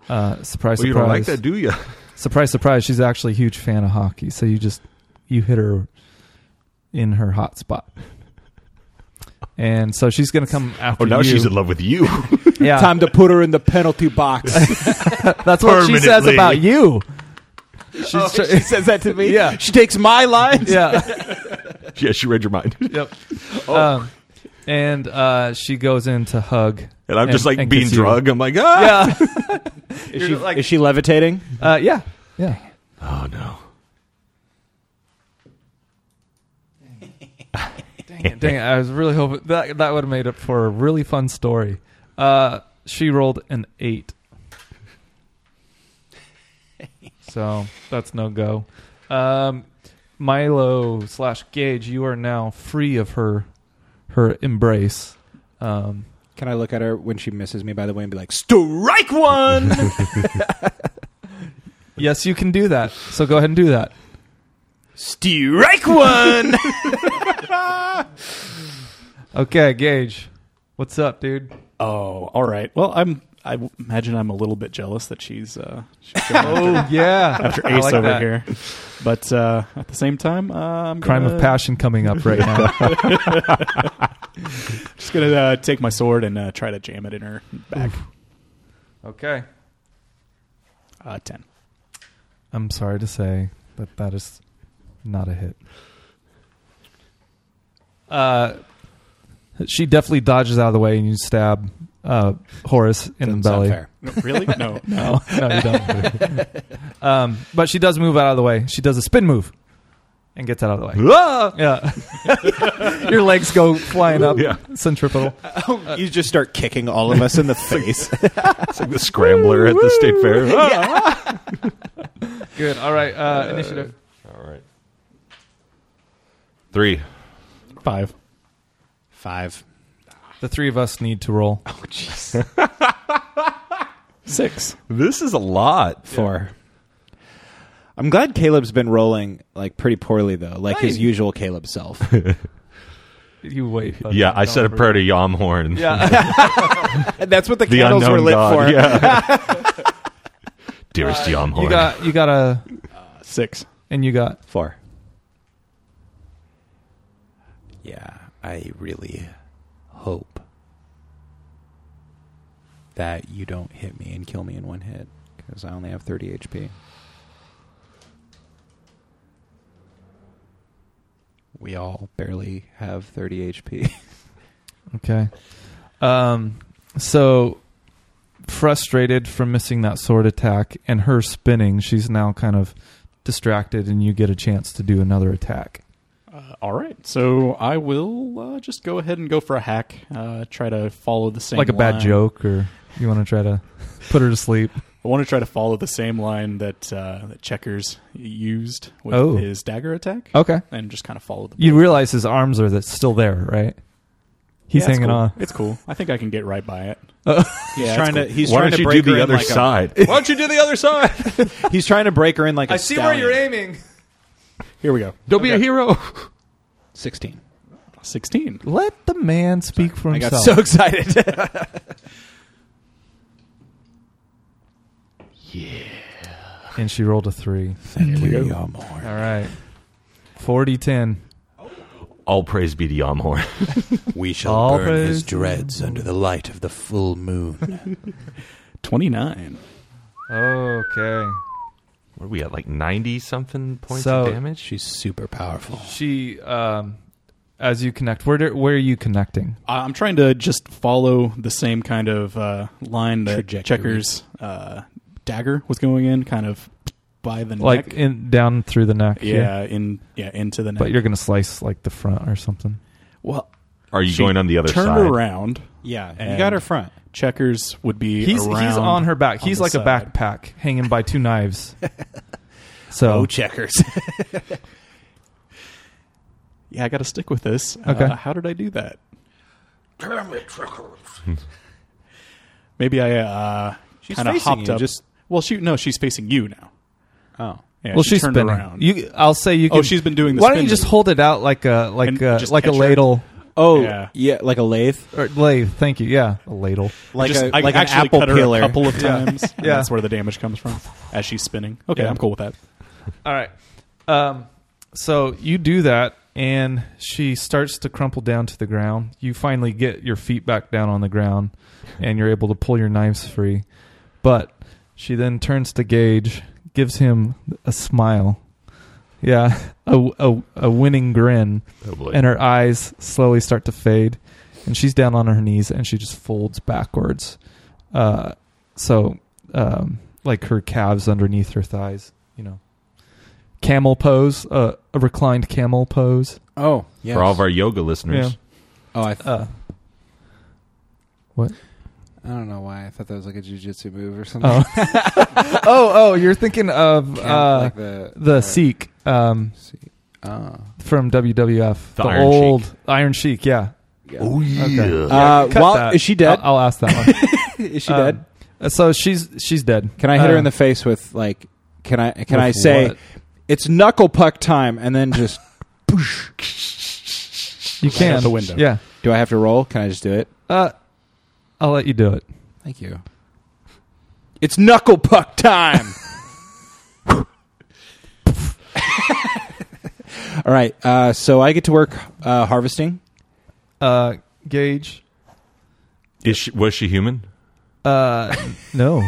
[SPEAKER 3] uh, surprise,
[SPEAKER 1] Well, you don't
[SPEAKER 3] surprise,
[SPEAKER 1] like that, do you?
[SPEAKER 3] surprise, surprise. She's actually a huge fan of hockey, so you just you hit her in her hot spot, and so she's going to come after.
[SPEAKER 1] Oh, now
[SPEAKER 3] you.
[SPEAKER 1] she's in love with you.
[SPEAKER 3] Yeah,
[SPEAKER 4] Time to put her in the penalty box.
[SPEAKER 3] that's what she says
[SPEAKER 1] permanently.
[SPEAKER 3] about you. She's tr-
[SPEAKER 4] Oh, she says that to me.
[SPEAKER 3] Yeah.
[SPEAKER 4] She takes my lines.
[SPEAKER 3] yeah.
[SPEAKER 1] yeah, she read your mind,
[SPEAKER 3] Yep. Um, and uh, she goes in to hug.
[SPEAKER 1] and I'm just
[SPEAKER 3] And-
[SPEAKER 1] like
[SPEAKER 3] and
[SPEAKER 1] being
[SPEAKER 3] kiss you.
[SPEAKER 1] drug. I'm like, ah.
[SPEAKER 3] Yeah.
[SPEAKER 4] Is she, is she levitating?
[SPEAKER 3] uh, yeah. Yeah.
[SPEAKER 1] Oh no.
[SPEAKER 3] Dang it. I was really hoping that that would have made up for a really fun story. Uh, she rolled an eight. So that's no go. Um, Milo slash Gage, you are now free of her her embrace. Um,
[SPEAKER 4] Can I look at her when she misses me, by the way, and be like, strike one?
[SPEAKER 3] yes, you can do that. So go ahead and do that.
[SPEAKER 4] strike one!
[SPEAKER 3] Okay, Gage, what's up, dude?
[SPEAKER 5] Oh, all right. Well, I'm. I w- imagine I'm a little bit jealous that she's uh, she's going
[SPEAKER 3] Oh yeah,
[SPEAKER 5] after
[SPEAKER 3] I
[SPEAKER 5] Ace
[SPEAKER 3] like
[SPEAKER 5] over
[SPEAKER 3] that.
[SPEAKER 5] here, but uh, at the same time, uh, I'm
[SPEAKER 3] Crime
[SPEAKER 5] gonna,
[SPEAKER 3] of passion coming up right now.
[SPEAKER 5] Just gonna uh, take my sword and uh, try to jam it in her back.
[SPEAKER 3] okay.
[SPEAKER 5] Uh, Ten.
[SPEAKER 3] I'm sorry to say that that is not a hit. Uh, she definitely dodges out of the way, and you stab uh, Horace in the
[SPEAKER 4] Doesn't sound
[SPEAKER 3] belly.
[SPEAKER 4] fair.
[SPEAKER 5] No, really? No.
[SPEAKER 3] No, no, you don't. um, but she does move out of the way. She does a spin move and gets out of the way.
[SPEAKER 1] Ah!
[SPEAKER 3] Yeah, your legs go flying up,
[SPEAKER 1] Yeah.
[SPEAKER 3] centripetal.
[SPEAKER 4] Uh, you just start kicking all of us in the face.
[SPEAKER 1] It's like the scrambler at the state fair. Ah!
[SPEAKER 3] Good. All right. Uh, initiative.
[SPEAKER 1] All right. Three.
[SPEAKER 5] Five.
[SPEAKER 4] Five.
[SPEAKER 3] The three of us need to roll.
[SPEAKER 4] Oh, jeez.
[SPEAKER 5] Six.
[SPEAKER 1] This is a lot.
[SPEAKER 4] Four. I'm glad Caleb's been rolling like pretty poorly though, like his usual Caleb self.
[SPEAKER 3] You wait. bud.
[SPEAKER 1] Yeah, I
[SPEAKER 3] Don't
[SPEAKER 1] said a
[SPEAKER 3] ever-
[SPEAKER 1] prayer to Yamhorn.
[SPEAKER 3] Yeah.
[SPEAKER 4] And that's what the,
[SPEAKER 1] The
[SPEAKER 4] candles
[SPEAKER 1] unknown
[SPEAKER 4] were lit
[SPEAKER 1] god.
[SPEAKER 4] for.
[SPEAKER 1] Yeah. Dearest Yamhorn.
[SPEAKER 3] you got. You got a.
[SPEAKER 5] Six.
[SPEAKER 3] And you got.
[SPEAKER 4] Four. Yeah, I really hope that you don't hit me and kill me in one hit because I only have 30 HP. We all barely have 30 HP.
[SPEAKER 3] Okay. Um, so frustrated from missing that sword attack and her spinning, she's now kind of distracted, and you get a chance to do another attack.
[SPEAKER 5] Uh, all right. So I will uh, just go ahead and go for a hack. Uh, try to follow the same
[SPEAKER 3] like a bad
[SPEAKER 5] line.
[SPEAKER 3] joke, or you want to try to put her to sleep?
[SPEAKER 5] I want to try to follow the same line that uh, that Checkers used with
[SPEAKER 3] Oh.
[SPEAKER 5] his dagger attack,
[SPEAKER 3] Okay.
[SPEAKER 5] and just kind of follow the.
[SPEAKER 3] You realize his arms are that's still there, right? He's
[SPEAKER 5] Yeah, it's
[SPEAKER 3] hanging
[SPEAKER 5] cool.
[SPEAKER 3] on.
[SPEAKER 5] It's cool. I think I can get right by it.
[SPEAKER 3] Oh.
[SPEAKER 5] yeah, it's cool.
[SPEAKER 4] he's
[SPEAKER 1] Why don't you do the other side? Why don't you do the other side?
[SPEAKER 4] he's trying to break her in like I see where you're
[SPEAKER 3] aiming.
[SPEAKER 5] Here we go.
[SPEAKER 1] Don't be a hero.
[SPEAKER 4] 16.
[SPEAKER 5] Sixteen.
[SPEAKER 3] Let the man speak for
[SPEAKER 4] I got
[SPEAKER 3] himself.
[SPEAKER 4] so excited.
[SPEAKER 3] and she rolled a three.
[SPEAKER 4] Thank
[SPEAKER 5] you,
[SPEAKER 3] All right. 40 10.
[SPEAKER 1] All praise be to Yamhorn.
[SPEAKER 2] We shall
[SPEAKER 3] All
[SPEAKER 2] burn
[SPEAKER 3] praise-
[SPEAKER 2] his dreads under the light of the full moon.
[SPEAKER 5] Twenty-nine.
[SPEAKER 3] Okay.
[SPEAKER 1] What are we at? Like ninety something points
[SPEAKER 3] So-
[SPEAKER 1] of damage.
[SPEAKER 2] She's super powerful.
[SPEAKER 3] She, um, as you connect, where do, where are you connecting?
[SPEAKER 5] I- I'm trying to just follow the same kind of uh, line that
[SPEAKER 4] Trajectory.
[SPEAKER 5] Checkers uh, dagger was going in, kind of by the
[SPEAKER 3] Like
[SPEAKER 5] neck.
[SPEAKER 3] in down through the neck. here?
[SPEAKER 5] yeah, in yeah into the neck.
[SPEAKER 3] But you're gonna slice like the front or something.
[SPEAKER 5] well,
[SPEAKER 1] Are you
[SPEAKER 5] she
[SPEAKER 1] going on the other
[SPEAKER 5] turned
[SPEAKER 1] side?
[SPEAKER 5] around.
[SPEAKER 4] yeah, you
[SPEAKER 5] And-
[SPEAKER 4] got her front.
[SPEAKER 5] Checkers would be
[SPEAKER 3] He's
[SPEAKER 5] around
[SPEAKER 3] he's on her back.
[SPEAKER 5] on
[SPEAKER 3] He's
[SPEAKER 5] the
[SPEAKER 3] like
[SPEAKER 5] side.
[SPEAKER 3] a backpack hanging by two knives. So
[SPEAKER 5] Oh,
[SPEAKER 4] Oh. checkers.
[SPEAKER 5] Yeah, I got to stick with this.
[SPEAKER 3] Okay.
[SPEAKER 5] Uh, how did I do that?
[SPEAKER 1] Oh,
[SPEAKER 5] Maybe I uh,
[SPEAKER 4] She's
[SPEAKER 5] kind of
[SPEAKER 4] facing
[SPEAKER 5] hopped
[SPEAKER 4] you,
[SPEAKER 5] up.
[SPEAKER 4] just-
[SPEAKER 5] well, she no, she's facing you now.
[SPEAKER 4] oh.
[SPEAKER 5] Yeah,
[SPEAKER 3] well,
[SPEAKER 5] she
[SPEAKER 3] she's
[SPEAKER 5] turned
[SPEAKER 3] spinning.
[SPEAKER 5] around.
[SPEAKER 3] You, I'll say you.
[SPEAKER 5] Oh,
[SPEAKER 3] Can,
[SPEAKER 5] she's been doing the
[SPEAKER 3] Why don't
[SPEAKER 5] spin
[SPEAKER 3] you just
[SPEAKER 5] move.
[SPEAKER 3] hold it out like a like
[SPEAKER 5] And
[SPEAKER 3] a
[SPEAKER 5] just
[SPEAKER 3] like a
[SPEAKER 5] catch her.
[SPEAKER 3] ladle
[SPEAKER 4] Oh,
[SPEAKER 5] Yeah.
[SPEAKER 4] yeah, like a lathe,
[SPEAKER 3] Or lathe. Thank you. Yeah, a ladle.
[SPEAKER 4] like
[SPEAKER 5] Just-
[SPEAKER 4] a,
[SPEAKER 5] I
[SPEAKER 4] like an
[SPEAKER 5] actually
[SPEAKER 4] apple
[SPEAKER 5] cut her
[SPEAKER 4] peeler.
[SPEAKER 5] a couple of times. and
[SPEAKER 3] Yeah.
[SPEAKER 5] that's where the damage comes from as she's spinning. Okay,
[SPEAKER 3] Yeah.
[SPEAKER 5] I'm cool with that.
[SPEAKER 3] All right. Um, so you do that, and she starts to crumple down to the ground. You finally get your feet back down on the ground, and you're able to pull your knives free. But she then turns to Gage, gives him a smile. Yeah, a, a, a winning grin.
[SPEAKER 1] Oh boy.
[SPEAKER 3] And her eyes slowly start to fade. And she's down on her knees, and she just folds backwards. Uh, so, um, like her calves underneath her thighs, you know camel pose, uh, a reclined camel pose.
[SPEAKER 4] Oh, yes.
[SPEAKER 1] For all of our yoga listeners,
[SPEAKER 4] Oh, I,
[SPEAKER 3] Uh,
[SPEAKER 4] I don't know why I thought that was like a jujitsu move or something.
[SPEAKER 3] oh. oh, oh, you're thinking of
[SPEAKER 4] Kind of
[SPEAKER 3] uh,
[SPEAKER 4] like the
[SPEAKER 3] the
[SPEAKER 4] uh,
[SPEAKER 3] Sikh um,
[SPEAKER 4] see- ah.
[SPEAKER 3] from WWF,
[SPEAKER 1] The Iron
[SPEAKER 3] old Iron Sheik. Yeah,
[SPEAKER 1] oh yeah,
[SPEAKER 3] Okay.
[SPEAKER 4] Uh,
[SPEAKER 3] Cut
[SPEAKER 4] well,
[SPEAKER 3] that.
[SPEAKER 4] is she dead?
[SPEAKER 3] I'll, I'll ask that one.
[SPEAKER 4] is she
[SPEAKER 3] Um,
[SPEAKER 4] dead?
[SPEAKER 3] uh, So she's she's dead.
[SPEAKER 4] Can I hit her
[SPEAKER 3] uh,
[SPEAKER 4] in the face with like? Can I? Can
[SPEAKER 3] With
[SPEAKER 4] I say
[SPEAKER 3] what?
[SPEAKER 4] it's knuckle puck time? And then just
[SPEAKER 3] Uh, You
[SPEAKER 4] uh,
[SPEAKER 5] Right
[SPEAKER 3] can
[SPEAKER 5] out the window.
[SPEAKER 3] Yeah,
[SPEAKER 4] do I have to roll? Can I just do it?
[SPEAKER 3] uh, I'll let you do it.
[SPEAKER 4] Thank you. It's knuckle puck time. All right, uh, so I get to work uh, harvesting.
[SPEAKER 3] Uh, Gage.
[SPEAKER 1] Is she, was she human?
[SPEAKER 3] Uh, no,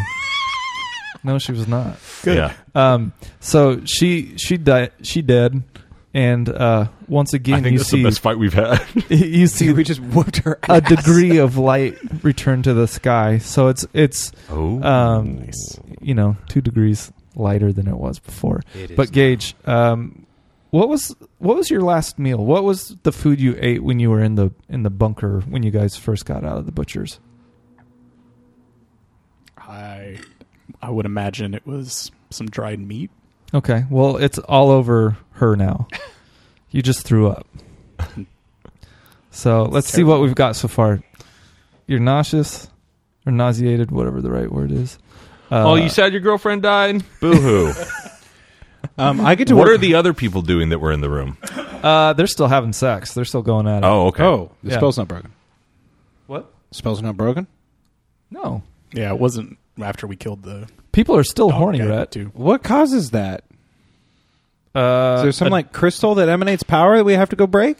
[SPEAKER 3] no, she was not.
[SPEAKER 5] Good.
[SPEAKER 1] Yeah.
[SPEAKER 3] Um, so she she died. She dead, and uh, once
[SPEAKER 1] I
[SPEAKER 3] again
[SPEAKER 1] think
[SPEAKER 3] you
[SPEAKER 1] that's
[SPEAKER 3] see
[SPEAKER 1] the best fight we've had.
[SPEAKER 3] you see
[SPEAKER 4] we just whooped her.
[SPEAKER 3] a degree of light return to the sky. So it's it's
[SPEAKER 1] oh,
[SPEAKER 3] um, you know two degrees lighter than it was before. but Gage, um, what was what was your last meal? What was the food you ate when you were in the in the bunker when you guys first got out of the butcher's?
[SPEAKER 5] I I would imagine it was some dried meat.
[SPEAKER 3] Okay, well it's all over her now. you just threw up. So let's see what we've got so far. You're nauseous or nauseated, whatever the right word is. Uh,
[SPEAKER 1] oh, you said your girlfriend died. Boo hoo.
[SPEAKER 4] Um, I get to
[SPEAKER 1] what
[SPEAKER 4] work.
[SPEAKER 1] are the other people doing that were in the room?
[SPEAKER 3] Uh, they're still having sex. They're still going at it.
[SPEAKER 1] Oh, okay.
[SPEAKER 4] oh, the
[SPEAKER 3] Yeah.
[SPEAKER 4] spell's not broken.
[SPEAKER 3] What?
[SPEAKER 4] Spell's not broken.
[SPEAKER 3] No.
[SPEAKER 5] Yeah, it wasn't after we killed the
[SPEAKER 3] People are still
[SPEAKER 5] dog
[SPEAKER 3] horny,
[SPEAKER 5] guy,
[SPEAKER 3] Rhett.
[SPEAKER 5] too.
[SPEAKER 4] What causes that?
[SPEAKER 3] Uh,
[SPEAKER 4] Is there some
[SPEAKER 3] uh,
[SPEAKER 4] like crystal that emanates power that we have to go break?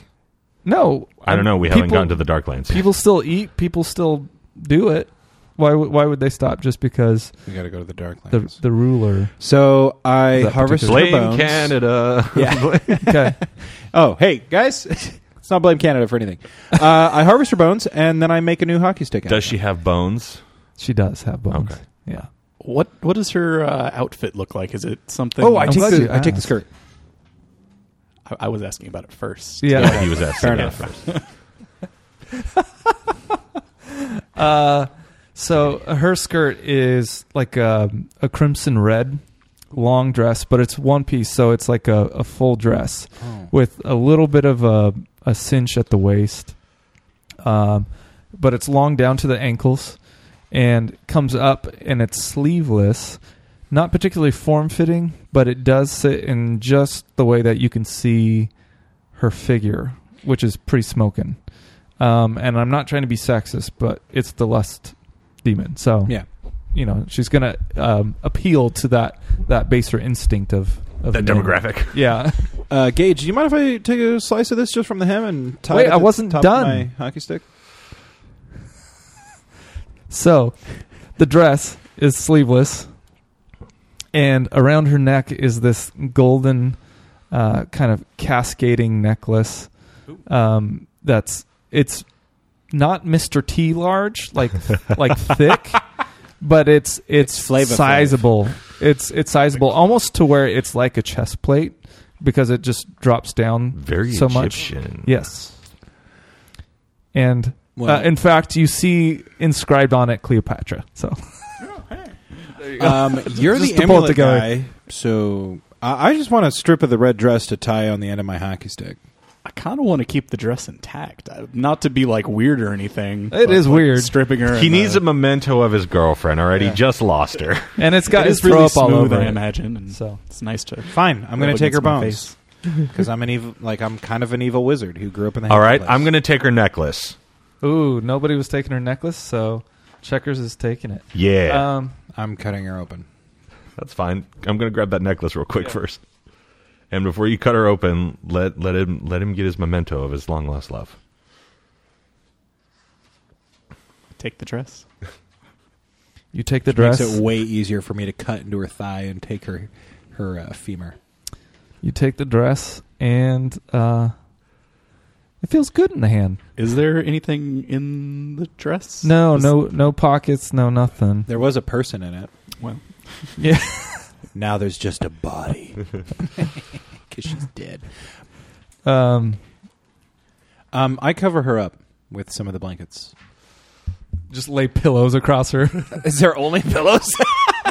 [SPEAKER 3] no.
[SPEAKER 1] I don't know. We haven't
[SPEAKER 3] people-
[SPEAKER 1] gotten to the dark lands.
[SPEAKER 3] People still eat. People still do it. Why? would- Why would they stop just because
[SPEAKER 4] We got to go to the dark
[SPEAKER 3] the the ruler?
[SPEAKER 4] so I
[SPEAKER 3] That
[SPEAKER 4] harvest her
[SPEAKER 1] Blame
[SPEAKER 4] bones.
[SPEAKER 1] Canada.
[SPEAKER 4] Yeah.
[SPEAKER 3] Okay.
[SPEAKER 4] oh, hey guys, let's not blame Canada for anything. Uh, I harvest her bones and then I make a new hockey stick. out
[SPEAKER 1] Does
[SPEAKER 4] of
[SPEAKER 1] she have bones?
[SPEAKER 3] she does have bones.
[SPEAKER 1] Okay.
[SPEAKER 3] Yeah.
[SPEAKER 5] What what does her uh, outfit look like? Is it
[SPEAKER 4] it.
[SPEAKER 5] something?
[SPEAKER 4] Oh, I
[SPEAKER 3] I'm
[SPEAKER 4] take
[SPEAKER 3] glad you
[SPEAKER 4] the I take the
[SPEAKER 3] asked.
[SPEAKER 4] skirt.
[SPEAKER 5] I, I was asking about it first.
[SPEAKER 3] Yeah.
[SPEAKER 1] Yeah, he was asking
[SPEAKER 4] Fair
[SPEAKER 1] that
[SPEAKER 4] enough.
[SPEAKER 1] first.
[SPEAKER 3] Uh, so uh, her skirt is like a, a crimson red long dress, but it's one piece, so it's like a, a full dress
[SPEAKER 4] Oh.
[SPEAKER 3] with a little bit of a, a cinch at the waist. Um, but it's long down to the ankles and comes up and it's sleeveless. Not particularly form fitting, but it does sit in just the way that you can see her figure, which is pretty smoking. Um, and I'm not trying to be sexist, but it's the lust demon. So
[SPEAKER 4] Yeah.
[SPEAKER 3] you know, she's gonna um, appeal to that that baser instinct of, of
[SPEAKER 1] That
[SPEAKER 3] men.
[SPEAKER 1] demographic.
[SPEAKER 3] Yeah.
[SPEAKER 4] Uh, Gage, do you mind if I take a slice of this just from the hem and tie
[SPEAKER 3] Wait,
[SPEAKER 4] it at
[SPEAKER 3] I
[SPEAKER 4] the
[SPEAKER 3] wasn't
[SPEAKER 4] top
[SPEAKER 3] done.
[SPEAKER 4] Of my hockey stick.
[SPEAKER 3] So, the dress is sleeveless, and around her neck is this golden, uh, kind of cascading necklace. Um, that's it's not Mr. T large, like like thick, but it's
[SPEAKER 4] It's
[SPEAKER 3] it's,
[SPEAKER 4] Flava Flav.
[SPEAKER 3] sizable. It's it's sizable, almost to where it's like a chest plate because it just drops down
[SPEAKER 1] Very
[SPEAKER 3] so much.
[SPEAKER 1] Egyptian.
[SPEAKER 3] Yes. And
[SPEAKER 4] Well-
[SPEAKER 3] uh, in fact, you see inscribed on it Cleopatra. So
[SPEAKER 4] Um, you're
[SPEAKER 3] Just
[SPEAKER 4] the
[SPEAKER 3] to pull it
[SPEAKER 4] amulet
[SPEAKER 3] together.
[SPEAKER 4] guy, so I, I just want a strip of the red dress to tie on the end of my hockey stick.
[SPEAKER 5] I kind of want to keep the dress intact, I, not to be like weird or anything. It
[SPEAKER 3] is weird.
[SPEAKER 5] stripping her.
[SPEAKER 1] He
[SPEAKER 5] and uh,
[SPEAKER 1] needs
[SPEAKER 5] the,
[SPEAKER 1] a memento of his girlfriend. All right, he just lost her.
[SPEAKER 3] and it's got
[SPEAKER 5] It
[SPEAKER 3] his
[SPEAKER 5] is
[SPEAKER 3] throw
[SPEAKER 5] really
[SPEAKER 3] up all
[SPEAKER 5] smooth,
[SPEAKER 3] over
[SPEAKER 5] I
[SPEAKER 3] it.
[SPEAKER 5] imagine, and
[SPEAKER 3] So
[SPEAKER 5] it's nice to.
[SPEAKER 4] Fine, I'm going
[SPEAKER 5] rub
[SPEAKER 4] to take
[SPEAKER 5] against
[SPEAKER 4] her
[SPEAKER 5] my
[SPEAKER 4] bones.
[SPEAKER 5] face.
[SPEAKER 4] because I'm an evil, like I'm kind of an evil wizard who grew up in the.
[SPEAKER 1] All right,
[SPEAKER 4] place.
[SPEAKER 1] I'm going to take her necklace.
[SPEAKER 3] Ooh, nobody was taking her necklace, so Checkers is taking it.
[SPEAKER 1] Yeah,
[SPEAKER 3] Um,
[SPEAKER 4] I'm cutting her open.
[SPEAKER 1] that's fine. I'm going to grab that necklace real quick first. And before you cut her open, let let him let him get his memento of his long lost love.
[SPEAKER 5] Take the dress.
[SPEAKER 3] you take the
[SPEAKER 4] Makes
[SPEAKER 3] dress.
[SPEAKER 4] it way easier for me to cut into her thigh and take her her uh, femur.
[SPEAKER 3] You take the dress, and uh, it feels good in the hand.
[SPEAKER 5] Is there anything in the dress?
[SPEAKER 3] No,
[SPEAKER 5] Is-
[SPEAKER 3] no, no pockets, no nothing.
[SPEAKER 4] There was a person in it.
[SPEAKER 5] Well,
[SPEAKER 3] Yeah,
[SPEAKER 4] Now there's just a body because she's dead.
[SPEAKER 3] um,
[SPEAKER 4] Um, I cover her up with some of the blankets.
[SPEAKER 3] just lay pillows across her.
[SPEAKER 4] Is there only pillows?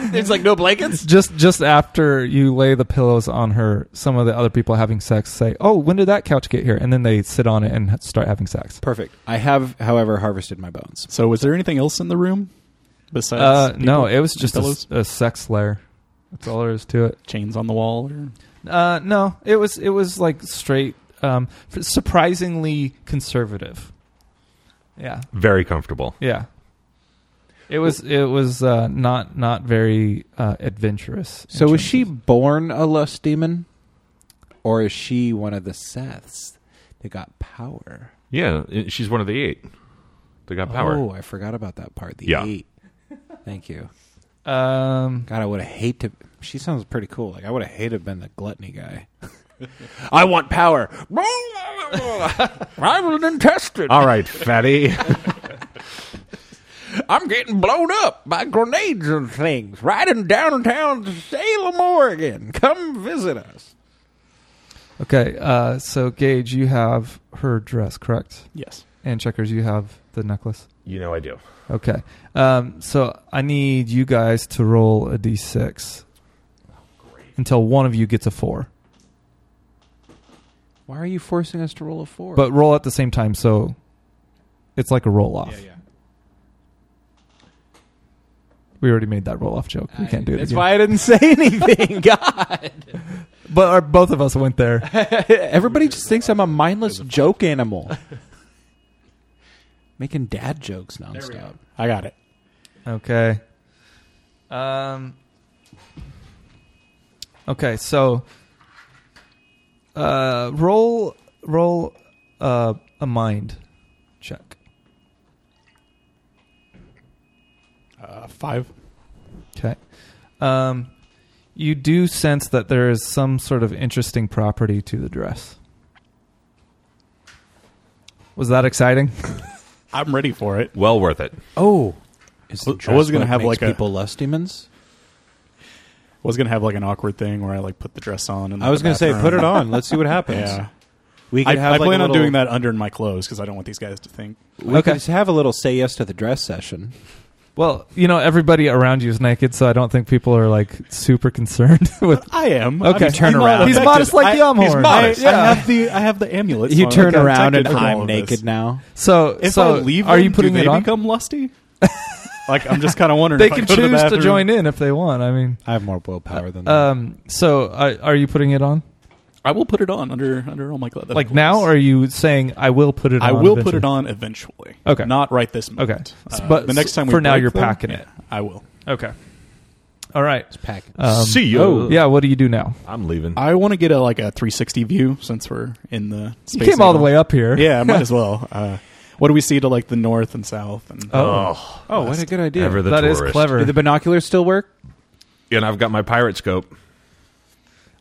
[SPEAKER 4] there's like no blankets.
[SPEAKER 3] just, just after you lay the pillows on her, some of the other people having sex say, "Oh, when did that couch get here?" And then they sit on it and ha- start having sex.
[SPEAKER 4] Perfect. I have, however, harvested my bones.
[SPEAKER 5] so was there anything else in the room besides
[SPEAKER 3] Uh, no,
[SPEAKER 5] people
[SPEAKER 3] it was
[SPEAKER 5] and
[SPEAKER 3] just a,
[SPEAKER 5] pillows?
[SPEAKER 3] s- a sex lair. That's all there is to it.
[SPEAKER 5] chains on the wall? Or
[SPEAKER 3] Uh, no, it was it was like straight, um, f- surprisingly conservative. Yeah,
[SPEAKER 1] Very comfortable.
[SPEAKER 3] yeah. It was it was uh, not not very uh, adventurous. in
[SPEAKER 4] So
[SPEAKER 3] terms
[SPEAKER 4] was she
[SPEAKER 3] of-
[SPEAKER 4] born a lust demon, or is she one of the Seths that got power?
[SPEAKER 1] Yeah, i- she's one of the eight. They got power.
[SPEAKER 4] Oh, I forgot about that part. The
[SPEAKER 1] Yeah.
[SPEAKER 4] eight. Thank you.
[SPEAKER 3] Um,
[SPEAKER 4] God, I would have hate to. She sounds pretty cool. Like I would have hated to been the gluttony guy. I want power. I'm an intestine.
[SPEAKER 1] All right, fatty.
[SPEAKER 4] I'm getting blown up by grenades and things. Right in downtown Salem, Oregon. Come visit us.
[SPEAKER 3] okay, uh, so Gage, you have her dress, correct?
[SPEAKER 5] yes,
[SPEAKER 3] And Checkers, you have the necklace.
[SPEAKER 1] you know I do.
[SPEAKER 3] Okay, um, so I need you guys to roll a d6 until one of you gets a four,
[SPEAKER 4] Why are you forcing us to roll a four?
[SPEAKER 3] but roll at the same time, so it's like a roll off.
[SPEAKER 4] yeah, yeah.
[SPEAKER 3] We already made that roll off joke. We can't do it.
[SPEAKER 4] That's
[SPEAKER 3] again.
[SPEAKER 4] why I didn't say anything. God,
[SPEAKER 3] But our, both of us went there.
[SPEAKER 4] everybody just thinks I'm a mindless joke animal. Making dad jokes nonstop.
[SPEAKER 5] I got it.
[SPEAKER 3] okay. Um. Okay, so uh, roll roll uh, a mind check.
[SPEAKER 5] Uh, five.
[SPEAKER 3] Okay. Um, you do sense that there is some sort of interesting property to the dress. Was that exciting?
[SPEAKER 5] I'm ready for it.
[SPEAKER 1] Well worth it.
[SPEAKER 4] Oh, is
[SPEAKER 5] Well, I was gonna
[SPEAKER 4] what
[SPEAKER 5] have,
[SPEAKER 4] makes
[SPEAKER 5] like, a-
[SPEAKER 4] people less demons.
[SPEAKER 5] was gonna have like an awkward thing where I like put the dress on. And
[SPEAKER 4] I was
[SPEAKER 5] going
[SPEAKER 4] gonna
[SPEAKER 5] to
[SPEAKER 4] say, put it on. Let's see what happens.
[SPEAKER 5] Yeah,
[SPEAKER 4] We
[SPEAKER 5] I,
[SPEAKER 4] could have
[SPEAKER 5] I
[SPEAKER 4] like,
[SPEAKER 5] plan
[SPEAKER 4] a
[SPEAKER 5] on
[SPEAKER 4] little-
[SPEAKER 5] doing that under my clothes because I don't want these guys to think.
[SPEAKER 4] We
[SPEAKER 3] Okay.
[SPEAKER 4] could just have a little say yes to the dress session.
[SPEAKER 3] Well, you know, everybody around you is naked, so I don't think people are like super concerned with
[SPEAKER 5] I am.
[SPEAKER 3] Okay.
[SPEAKER 5] I'm
[SPEAKER 3] Turn
[SPEAKER 5] not
[SPEAKER 4] around.
[SPEAKER 5] affected.
[SPEAKER 3] He's modest like the
[SPEAKER 5] I,
[SPEAKER 3] Umhorn.
[SPEAKER 5] He's modest.
[SPEAKER 3] I- yeah.
[SPEAKER 5] I have the I have the amulet. so
[SPEAKER 4] You
[SPEAKER 5] I'm
[SPEAKER 4] turn
[SPEAKER 5] protected
[SPEAKER 4] around and
[SPEAKER 5] from all
[SPEAKER 4] I'm
[SPEAKER 5] of this.
[SPEAKER 4] naked now.
[SPEAKER 3] So,
[SPEAKER 5] If
[SPEAKER 3] so
[SPEAKER 5] I leave,
[SPEAKER 3] are
[SPEAKER 5] them,
[SPEAKER 3] you putting
[SPEAKER 5] do they
[SPEAKER 3] it on?
[SPEAKER 5] become lusty? like I'm just kind of wondering.
[SPEAKER 3] they
[SPEAKER 5] if I
[SPEAKER 3] can
[SPEAKER 5] go to the
[SPEAKER 3] choose to,
[SPEAKER 5] bathroom.
[SPEAKER 3] join in if they want. I mean,
[SPEAKER 4] I have more willpower than
[SPEAKER 1] Uh,
[SPEAKER 4] that.
[SPEAKER 3] um, so are, are you putting it on
[SPEAKER 5] I will put it on under under all my clothes.
[SPEAKER 3] like now, or are you saying I will put it?
[SPEAKER 5] I
[SPEAKER 3] on
[SPEAKER 5] will put
[SPEAKER 3] eventually"?
[SPEAKER 5] it on eventually.
[SPEAKER 3] Okay.
[SPEAKER 5] not right this moment.
[SPEAKER 3] Okay.
[SPEAKER 5] Uh,
[SPEAKER 3] But
[SPEAKER 5] the next time we
[SPEAKER 3] for now
[SPEAKER 5] break,
[SPEAKER 3] you're
[SPEAKER 5] though,
[SPEAKER 3] packing
[SPEAKER 5] yeah,
[SPEAKER 3] it.
[SPEAKER 5] I will.
[SPEAKER 3] Okay. All right.
[SPEAKER 4] It's packaged.
[SPEAKER 3] Um,
[SPEAKER 1] See you.
[SPEAKER 3] oh, yeah. What do you do now?
[SPEAKER 1] I'm leaving.
[SPEAKER 5] I want to get a like a 360 view since we're in the.
[SPEAKER 3] You
[SPEAKER 5] Space
[SPEAKER 3] came all the
[SPEAKER 5] Needle.
[SPEAKER 3] way up here.
[SPEAKER 5] Yeah, might as well. Uh, what do we see to like the north and south? And
[SPEAKER 3] Oh,
[SPEAKER 4] oh, what a good idea.
[SPEAKER 1] ever the
[SPEAKER 3] that is
[SPEAKER 1] tourist.
[SPEAKER 3] clever.
[SPEAKER 4] Do the binoculars still work?
[SPEAKER 1] And I've got my pirate scope.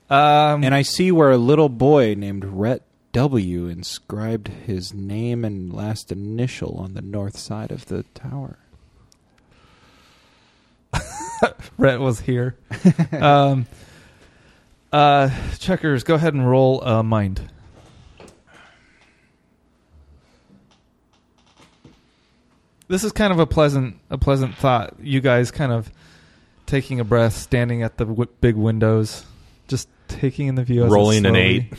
[SPEAKER 3] Um,
[SPEAKER 4] And I see where a little boy named Rhett W. inscribed his name and last initial on the north side of the tower.
[SPEAKER 3] Brett was here. um, uh, checkers, go ahead and roll uh, mind. This is kind of a pleasant, a pleasant thought. You guys kind of taking a breath, standing at the w- big windows, just taking in the view, as it
[SPEAKER 1] Rolling an
[SPEAKER 3] slowly-
[SPEAKER 1] eight.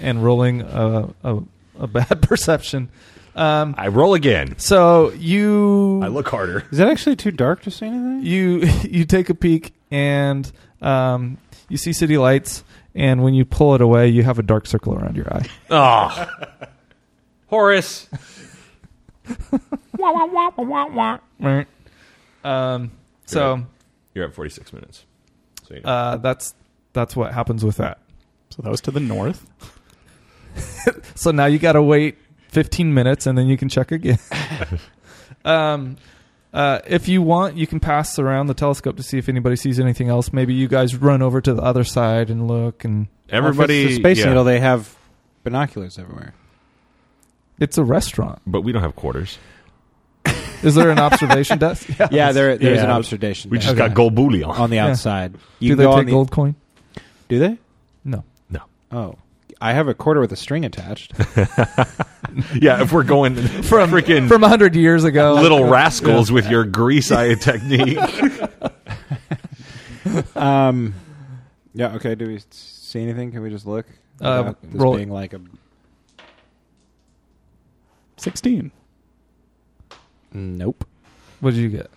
[SPEAKER 3] and rolling a a, a bad perception. Um,
[SPEAKER 1] I roll again.
[SPEAKER 3] so you
[SPEAKER 1] I look harder.
[SPEAKER 4] Is that actually too dark to see anything?
[SPEAKER 3] you you take a peek and um, you see city lights and when you pull it away, you have a dark circle around your eye.
[SPEAKER 1] Oh. Horace.
[SPEAKER 3] Right. Um, so
[SPEAKER 1] You're at 46 minutes. So you know.
[SPEAKER 3] uh, that's that's what happens with that.
[SPEAKER 5] So that was to the north.
[SPEAKER 3] So now you got to wait 15 minutes and then you can check again. um, uh, if you want, you can pass around the telescope to see if anybody sees anything else. Maybe you guys run over to the other side and look, and
[SPEAKER 1] Everybody.
[SPEAKER 4] Well, if it's the Space
[SPEAKER 1] yeah.
[SPEAKER 4] Needle, they have binoculars everywhere.
[SPEAKER 3] it's a restaurant.
[SPEAKER 1] But we don't have quarters.
[SPEAKER 3] Is there an observation desk?
[SPEAKER 4] Yeah, there, there's
[SPEAKER 5] Yeah.
[SPEAKER 4] an observation
[SPEAKER 1] We just
[SPEAKER 4] desk
[SPEAKER 1] got gold bullion.
[SPEAKER 4] on the
[SPEAKER 3] Yeah.
[SPEAKER 4] outside. You
[SPEAKER 3] Do
[SPEAKER 4] can
[SPEAKER 3] they
[SPEAKER 4] go on
[SPEAKER 3] take
[SPEAKER 4] the-
[SPEAKER 3] gold coin?
[SPEAKER 4] Do they?
[SPEAKER 3] No.
[SPEAKER 4] Oh, I have a quarter with a string attached.
[SPEAKER 1] yeah, if we're going from freaking
[SPEAKER 3] From 100 years ago.
[SPEAKER 1] little rascals with your grease eye technique.
[SPEAKER 4] um, yeah. Okay. Do we s- see anything? Can we just look?
[SPEAKER 3] Uh,
[SPEAKER 4] Without this
[SPEAKER 3] roll it.
[SPEAKER 4] being like a
[SPEAKER 5] 16.
[SPEAKER 4] nope
[SPEAKER 3] What did you get?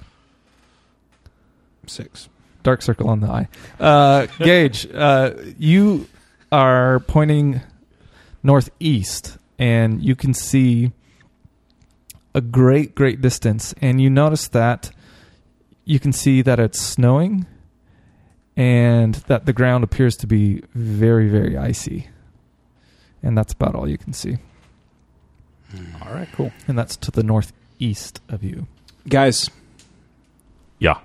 [SPEAKER 4] six.
[SPEAKER 3] dark circle on the eye. Uh, Gage, uh, you are pointing northeast, and you can see a great, great distance. And you notice that you can see that it's snowing, and that the ground appears to be very, very icy. And that's about all you can see.
[SPEAKER 5] Hmm. All right, cool.
[SPEAKER 3] And that's to the northeast of you.
[SPEAKER 4] Guys,
[SPEAKER 1] yeah.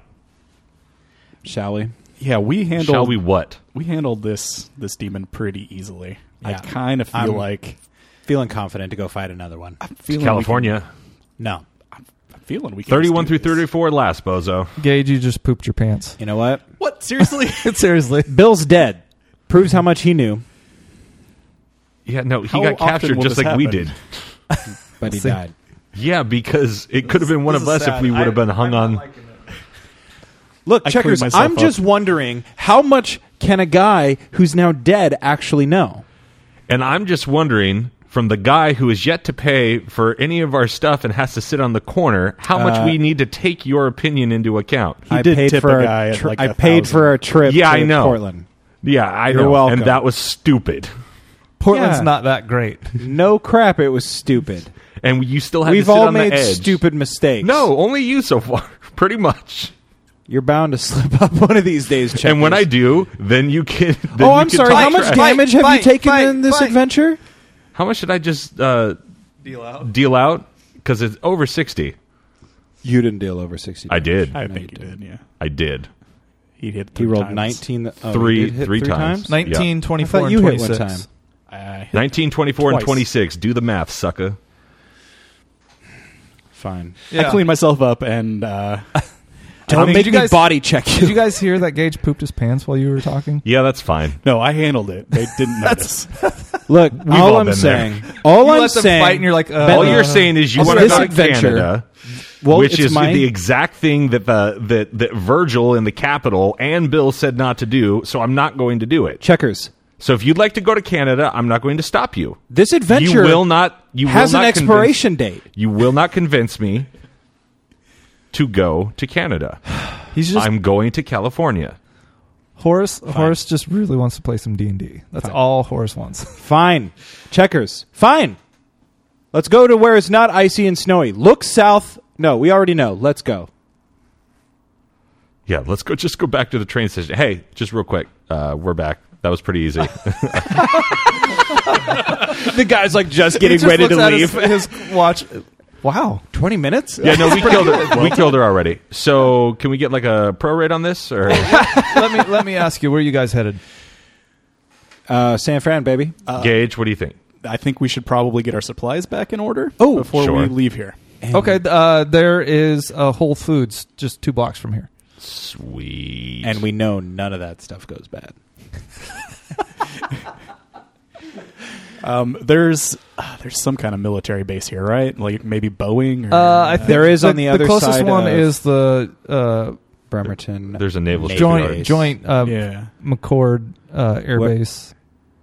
[SPEAKER 4] shall we?
[SPEAKER 5] Yeah, we handled
[SPEAKER 1] Shall we what?
[SPEAKER 5] we handled this this demon pretty easily. I
[SPEAKER 4] Yeah.
[SPEAKER 5] kind of feel
[SPEAKER 4] I'm-
[SPEAKER 5] like
[SPEAKER 4] Feeling confident to go fight another one?
[SPEAKER 5] I'm feeling
[SPEAKER 1] California.
[SPEAKER 4] No.
[SPEAKER 5] We can, I'm feeling we can
[SPEAKER 1] 31
[SPEAKER 5] just
[SPEAKER 1] through
[SPEAKER 5] do this.
[SPEAKER 1] 34 last, bozo.
[SPEAKER 3] Gage, you just pooped your pants.
[SPEAKER 4] You know what?
[SPEAKER 5] What seriously?
[SPEAKER 3] Seriously.
[SPEAKER 4] Bill's dead. Proves how much he knew,
[SPEAKER 1] Yeah, no, he
[SPEAKER 5] How
[SPEAKER 1] got
[SPEAKER 5] often
[SPEAKER 1] captured
[SPEAKER 5] will
[SPEAKER 1] just
[SPEAKER 5] this
[SPEAKER 1] like we
[SPEAKER 5] happen?
[SPEAKER 1] did.
[SPEAKER 4] but he
[SPEAKER 3] See.
[SPEAKER 4] died.
[SPEAKER 1] Yeah, because it could have been one of us if we would have been hung on.
[SPEAKER 4] Look,
[SPEAKER 5] I cleaned
[SPEAKER 4] checkers.
[SPEAKER 5] myself
[SPEAKER 4] I'm
[SPEAKER 5] up.
[SPEAKER 4] just wondering how much can a guy who's now dead actually know?
[SPEAKER 1] And I'm just wondering from the guy who is yet to pay for any of our stuff and has to sit on the corner, how
[SPEAKER 5] Uh,
[SPEAKER 1] much we need to take your opinion into account.
[SPEAKER 5] He
[SPEAKER 4] I
[SPEAKER 5] did
[SPEAKER 4] paid
[SPEAKER 5] tip
[SPEAKER 4] for
[SPEAKER 5] a
[SPEAKER 4] our
[SPEAKER 5] guy at
[SPEAKER 4] tri-
[SPEAKER 5] like
[SPEAKER 4] I
[SPEAKER 5] a
[SPEAKER 4] paid
[SPEAKER 5] thousand.
[SPEAKER 4] for a trip.
[SPEAKER 1] Yeah,
[SPEAKER 4] to
[SPEAKER 1] I know.
[SPEAKER 4] Portland.
[SPEAKER 1] yeah, I
[SPEAKER 4] You're
[SPEAKER 1] know.
[SPEAKER 4] welcome.
[SPEAKER 1] And that was stupid.
[SPEAKER 3] Portland's
[SPEAKER 4] Yeah.
[SPEAKER 3] not that great.
[SPEAKER 4] No crap. It was stupid.
[SPEAKER 1] And you still had
[SPEAKER 4] We've
[SPEAKER 1] to sit
[SPEAKER 4] all
[SPEAKER 1] on
[SPEAKER 4] made
[SPEAKER 1] the edge.
[SPEAKER 4] stupid mistakes.
[SPEAKER 1] No, only you so far, pretty much.
[SPEAKER 4] you're bound to slip up one of these days. Checkers.
[SPEAKER 1] And when I do, then you can. Then
[SPEAKER 4] oh,
[SPEAKER 1] you
[SPEAKER 4] I'm
[SPEAKER 1] can
[SPEAKER 4] sorry.
[SPEAKER 1] talk
[SPEAKER 4] How much
[SPEAKER 1] trash.
[SPEAKER 4] damage have
[SPEAKER 3] fight,
[SPEAKER 4] you taken
[SPEAKER 3] fight,
[SPEAKER 4] in this
[SPEAKER 3] fight.
[SPEAKER 4] adventure?
[SPEAKER 1] How much did I just uh,
[SPEAKER 3] Deal out.
[SPEAKER 1] deal out? Because it's over sixty.
[SPEAKER 4] You didn't deal over sixty.
[SPEAKER 1] I did.
[SPEAKER 5] I
[SPEAKER 1] I,
[SPEAKER 5] think you did. Yeah,
[SPEAKER 1] did.
[SPEAKER 5] he hit.
[SPEAKER 4] He
[SPEAKER 5] three
[SPEAKER 4] rolled
[SPEAKER 5] times.
[SPEAKER 4] nineteen. oh, he
[SPEAKER 1] Three-
[SPEAKER 4] did hit
[SPEAKER 1] three times. Nin-
[SPEAKER 3] 19,
[SPEAKER 1] Yeah.
[SPEAKER 3] 24,
[SPEAKER 4] I thought
[SPEAKER 3] and
[SPEAKER 4] you hit
[SPEAKER 3] 26.
[SPEAKER 4] one time.
[SPEAKER 5] I hit-
[SPEAKER 1] 19, 24, and
[SPEAKER 5] Twice.
[SPEAKER 1] twenty six. Do the math, sucker.
[SPEAKER 4] Fine.
[SPEAKER 3] Yeah.
[SPEAKER 5] I cleaned myself up and uh,
[SPEAKER 4] Don't
[SPEAKER 3] mean,
[SPEAKER 4] make
[SPEAKER 3] you
[SPEAKER 4] me
[SPEAKER 3] guys-
[SPEAKER 4] body check you.
[SPEAKER 3] Did you guys hear that Gage pooped his pants while you were talking?
[SPEAKER 1] Yeah, that's fine.
[SPEAKER 5] no, I handled it. They didn't notice.
[SPEAKER 4] Look, all
[SPEAKER 1] all
[SPEAKER 4] I'm
[SPEAKER 1] been there.
[SPEAKER 4] saying, all
[SPEAKER 3] You
[SPEAKER 4] I'm
[SPEAKER 3] let them
[SPEAKER 4] saying,
[SPEAKER 3] fight and you're like, uh,
[SPEAKER 1] All
[SPEAKER 3] Uh,
[SPEAKER 1] you're saying is you
[SPEAKER 4] also
[SPEAKER 1] want to
[SPEAKER 4] this
[SPEAKER 1] go to
[SPEAKER 4] adventure-
[SPEAKER 1] Canada,
[SPEAKER 4] well,
[SPEAKER 1] which
[SPEAKER 4] it's
[SPEAKER 1] is
[SPEAKER 4] my,
[SPEAKER 1] the exact thing that the that that Virgil in the capital and Bill said not to do. So I'm not going to do it.
[SPEAKER 4] checkers.
[SPEAKER 1] So if you'd like to go to Canada, I'm not going to stop you.
[SPEAKER 4] This adventure
[SPEAKER 1] you will not. You
[SPEAKER 4] has
[SPEAKER 1] will
[SPEAKER 4] an
[SPEAKER 1] not convince-
[SPEAKER 4] expiration date.
[SPEAKER 1] You will not convince me to go to Canada.
[SPEAKER 3] He's just
[SPEAKER 1] I'm going to California.
[SPEAKER 3] Horace. Horace just really wants to play some D and D. That's all Horace wants.
[SPEAKER 4] Fine, checkers. Fine. Let's go to where it's not icy and snowy. Look south. No, we already know. Let's go.
[SPEAKER 1] Yeah, let's go. Just go back to the train station. Hey, just real quick, uh, we're back. That was pretty easy.
[SPEAKER 4] The guy's like just
[SPEAKER 3] He just looks at his- His, watch. Wow.
[SPEAKER 4] Twenty minutes.
[SPEAKER 1] yeah, no, we killed her. We killed her already. So can we get like a pro rate on this? Or
[SPEAKER 3] let me let me ask you, where are you guys headed?
[SPEAKER 4] Uh, San Fran, baby.
[SPEAKER 1] Gage, what do you think?
[SPEAKER 5] I think we should probably get our supplies back in order
[SPEAKER 4] Oh,
[SPEAKER 5] before
[SPEAKER 1] sure.
[SPEAKER 5] we leave here.
[SPEAKER 3] Okay, uh, there is a Whole Foods just two blocks from here.
[SPEAKER 1] Sweet.
[SPEAKER 4] and we know none of that stuff goes bad.
[SPEAKER 5] Um, there's uh, there's some kind of military base here, right? Like maybe Boeing. Or,
[SPEAKER 3] Uh, I think
[SPEAKER 4] There is
[SPEAKER 3] the,
[SPEAKER 4] on the other
[SPEAKER 3] The closest
[SPEAKER 4] side
[SPEAKER 3] one
[SPEAKER 4] of-
[SPEAKER 3] is the uh,
[SPEAKER 4] Bremerton.
[SPEAKER 1] There's a naval
[SPEAKER 4] Navy
[SPEAKER 3] joint
[SPEAKER 4] base.
[SPEAKER 3] joint uh,
[SPEAKER 5] yeah,
[SPEAKER 3] McCord uh, Air
[SPEAKER 4] What-
[SPEAKER 3] Base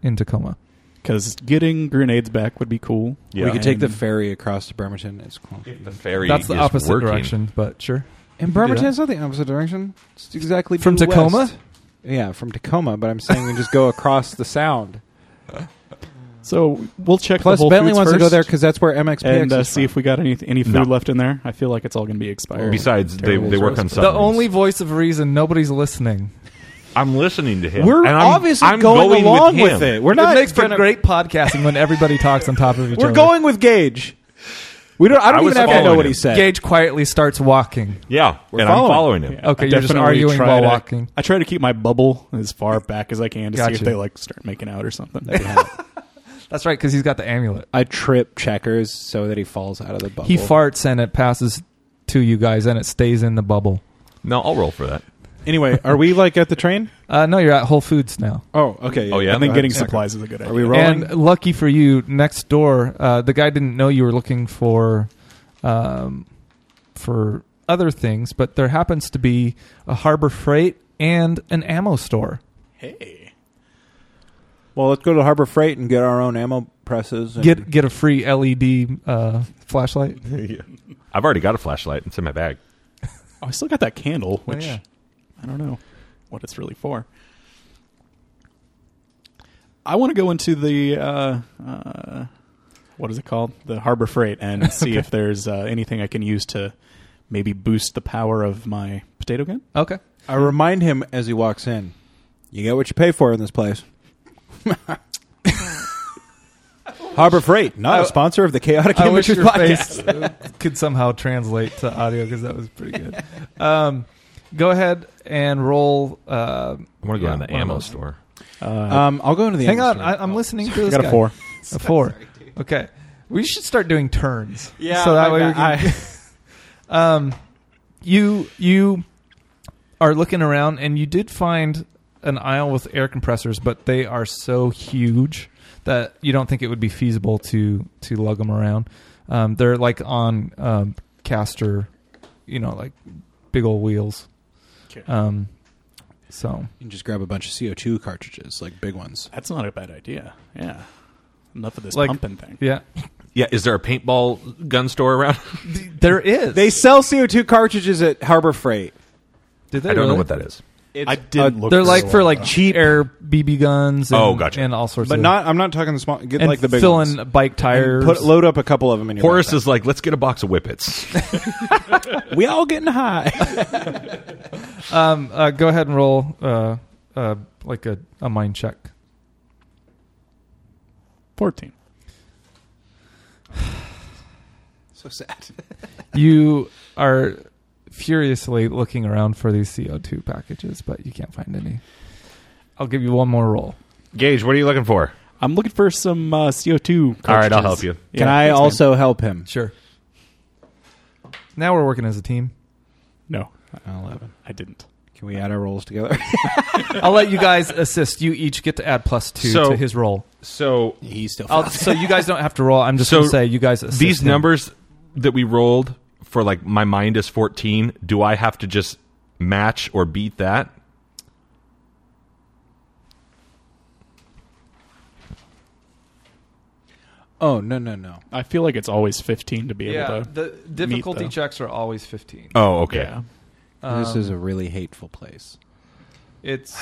[SPEAKER 3] in Tacoma.
[SPEAKER 5] because getting grenades back would be cool.
[SPEAKER 1] Yeah.
[SPEAKER 4] We could take the
[SPEAKER 5] And-
[SPEAKER 4] ferry across to Bremerton. It's cool.
[SPEAKER 1] the ferry.
[SPEAKER 3] That's the
[SPEAKER 1] is
[SPEAKER 3] opposite
[SPEAKER 1] working.
[SPEAKER 3] direction, but sure. Bremerton
[SPEAKER 4] And Bremerton
[SPEAKER 3] that.
[SPEAKER 4] is not the opposite direction. It's exactly
[SPEAKER 3] From due Tacoma? west.
[SPEAKER 4] Yeah, from Tacoma, but I'm saying we just go across the sound.
[SPEAKER 5] So we'll check.
[SPEAKER 4] Plus,
[SPEAKER 5] the Whole
[SPEAKER 4] Bentley
[SPEAKER 5] Foods
[SPEAKER 4] wants
[SPEAKER 5] first
[SPEAKER 4] to go there because that's where MXPX
[SPEAKER 5] and uh,
[SPEAKER 4] is
[SPEAKER 5] see
[SPEAKER 4] from.
[SPEAKER 5] if we got any any food
[SPEAKER 1] No.
[SPEAKER 5] left in there. I feel like it's all going to be expired.
[SPEAKER 1] Besides, they,
[SPEAKER 5] Terrible
[SPEAKER 1] they work on
[SPEAKER 5] roast.
[SPEAKER 1] Sundays.
[SPEAKER 3] The only voice of reason. Nobody's listening.
[SPEAKER 1] I'm listening to him.
[SPEAKER 4] We're
[SPEAKER 1] and I'm,
[SPEAKER 4] obviously
[SPEAKER 1] I'm
[SPEAKER 4] going, along
[SPEAKER 1] with,
[SPEAKER 4] with,
[SPEAKER 1] him.
[SPEAKER 4] it. We're
[SPEAKER 3] it
[SPEAKER 4] not
[SPEAKER 3] makes for
[SPEAKER 4] gonna-
[SPEAKER 3] great podcasting when everybody talks on top of each
[SPEAKER 4] We're
[SPEAKER 3] other.
[SPEAKER 4] going with Gauge. We don't. I
[SPEAKER 1] I
[SPEAKER 4] don't
[SPEAKER 1] was
[SPEAKER 4] even have to know
[SPEAKER 1] following
[SPEAKER 4] what he
[SPEAKER 1] him.
[SPEAKER 4] said.
[SPEAKER 3] Gage quietly starts walking.
[SPEAKER 1] Yeah, and I'm
[SPEAKER 4] following.
[SPEAKER 1] following him.
[SPEAKER 5] Yeah,
[SPEAKER 3] Okay,
[SPEAKER 5] I
[SPEAKER 3] you're just
[SPEAKER 5] definitely
[SPEAKER 3] arguing
[SPEAKER 5] try
[SPEAKER 3] while
[SPEAKER 5] to-
[SPEAKER 3] walking.
[SPEAKER 5] I try to keep my bubble as far back as I can to
[SPEAKER 3] Gotcha.
[SPEAKER 5] see if they like start making out or something.
[SPEAKER 3] That's right, because he's got the amulet.
[SPEAKER 4] I trip checkers so that he falls out of the bubble.
[SPEAKER 3] He farts and it passes to you guys and it stays in the bubble.
[SPEAKER 1] No, I'll roll for that.
[SPEAKER 4] Anyway, are we like at the train?
[SPEAKER 3] Uh, no, you're at Whole Foods now.
[SPEAKER 4] Oh, okay.
[SPEAKER 1] Oh, yeah?
[SPEAKER 5] I think
[SPEAKER 1] Go
[SPEAKER 5] getting
[SPEAKER 4] ahead.
[SPEAKER 5] supplies is a good idea.
[SPEAKER 4] Are we rolling?
[SPEAKER 3] And lucky for you, next door, uh, the guy didn't know you were looking for, um, for other things, but there happens to be a Harbor Freight and an ammo store.
[SPEAKER 5] hey,
[SPEAKER 4] well, let's go to Harbor Freight and get our own ammo presses. And
[SPEAKER 3] Get get a free LED uh, flashlight.
[SPEAKER 1] I've already got a flashlight. It's in my bag.
[SPEAKER 5] oh, I still got that candle, which
[SPEAKER 3] yeah.
[SPEAKER 5] I don't know what it's really for. I want to go into the uh, uh, what is it called? The Harbor Freight and see if there's uh, anything I can use to maybe boost the power of my potato gun.
[SPEAKER 3] Okay.
[SPEAKER 4] I remind him as he walks in. You get what you pay for in this place. Harbor Freight, not a sponsor of the Chaotic
[SPEAKER 3] I wish
[SPEAKER 4] Amateurs
[SPEAKER 3] your
[SPEAKER 4] podcast.
[SPEAKER 3] face uh, could somehow translate to audio because that was pretty good. Um, go ahead and roll. Uh,
[SPEAKER 1] I want to go
[SPEAKER 3] Yeah,
[SPEAKER 1] in the
[SPEAKER 3] one of
[SPEAKER 1] ammo
[SPEAKER 3] those.
[SPEAKER 1] store.
[SPEAKER 5] Uh,
[SPEAKER 4] Um, I'll go into the
[SPEAKER 3] hang
[SPEAKER 4] ammo
[SPEAKER 3] on,
[SPEAKER 4] store. Oh.
[SPEAKER 3] I, I'm listening to
[SPEAKER 5] I
[SPEAKER 3] this
[SPEAKER 5] got
[SPEAKER 3] guy.
[SPEAKER 5] a four.
[SPEAKER 3] A four. Okay. We should start doing turns.
[SPEAKER 4] Yeah,
[SPEAKER 3] So that
[SPEAKER 4] I
[SPEAKER 3] way we
[SPEAKER 4] got-
[SPEAKER 3] can. um, you you are looking around and you did find an aisle with air compressors, but they are so huge that you don't think it would be feasible to to lug them around. Um, they're like on um, caster, you know, like big old wheels.
[SPEAKER 5] Okay.
[SPEAKER 3] Um, so
[SPEAKER 4] you can just grab a bunch of CO2 cartridges, like big ones.
[SPEAKER 5] That's not a bad idea. Yeah. Enough of this
[SPEAKER 3] Like-
[SPEAKER 5] pumping thing.
[SPEAKER 3] yeah,
[SPEAKER 1] Yeah, is there a paintball gun store around?
[SPEAKER 3] there is.
[SPEAKER 4] They sell CO2 cartridges at Harbor Freight.
[SPEAKER 3] Did they
[SPEAKER 1] I don't know
[SPEAKER 3] really?
[SPEAKER 1] what that is.
[SPEAKER 5] I didn't look.
[SPEAKER 3] They're
[SPEAKER 5] very
[SPEAKER 3] like for
[SPEAKER 5] well.
[SPEAKER 3] like cheap air BB guns. And,
[SPEAKER 1] Oh, gotcha.
[SPEAKER 3] And all sorts,
[SPEAKER 4] But
[SPEAKER 3] of,
[SPEAKER 4] not. I'm not talking the small. Get
[SPEAKER 3] and
[SPEAKER 4] like the big
[SPEAKER 3] fill
[SPEAKER 4] ones.
[SPEAKER 3] in bike tires.
[SPEAKER 4] Put load up a couple of them in your.
[SPEAKER 1] Horace
[SPEAKER 4] backpack.
[SPEAKER 1] is like, let's get a box of whippets.
[SPEAKER 4] We all getting high.
[SPEAKER 3] um, uh, go ahead and roll uh, uh, like a, a mind check.
[SPEAKER 5] 14.
[SPEAKER 4] so sad.
[SPEAKER 3] You are furiously looking around for these CO2 packages, but you can't find any. I'll give you one more roll.
[SPEAKER 1] Gage, what are you looking for?
[SPEAKER 5] I'm looking for some uh, CO2 cartridges.
[SPEAKER 1] All right, I'll help you.
[SPEAKER 5] Yeah,
[SPEAKER 4] Can I
[SPEAKER 5] thanks, man.
[SPEAKER 4] also help him?
[SPEAKER 3] Sure. Now we're working as a team.
[SPEAKER 5] No, I-
[SPEAKER 4] Eleven.
[SPEAKER 5] I didn't.
[SPEAKER 4] Can we add our rolls together?
[SPEAKER 3] I'll let you guys assist. You each get to add plus two
[SPEAKER 1] So-
[SPEAKER 3] to his roll.
[SPEAKER 1] So
[SPEAKER 4] He's still.
[SPEAKER 3] I'll, so you guys don't have to roll. I'm just
[SPEAKER 1] So
[SPEAKER 3] going to say you guys assist
[SPEAKER 1] these
[SPEAKER 3] him.
[SPEAKER 1] numbers that we rolled for like my mind is 14, do I have to just match or beat that?
[SPEAKER 4] oh no no no.
[SPEAKER 5] I feel like it's always 15 to be
[SPEAKER 3] Yeah,
[SPEAKER 5] able to.
[SPEAKER 3] the difficulty
[SPEAKER 5] though.
[SPEAKER 3] checks are always 15.
[SPEAKER 1] Oh, okay.
[SPEAKER 5] Yeah.
[SPEAKER 4] this is a really hateful place.
[SPEAKER 3] It's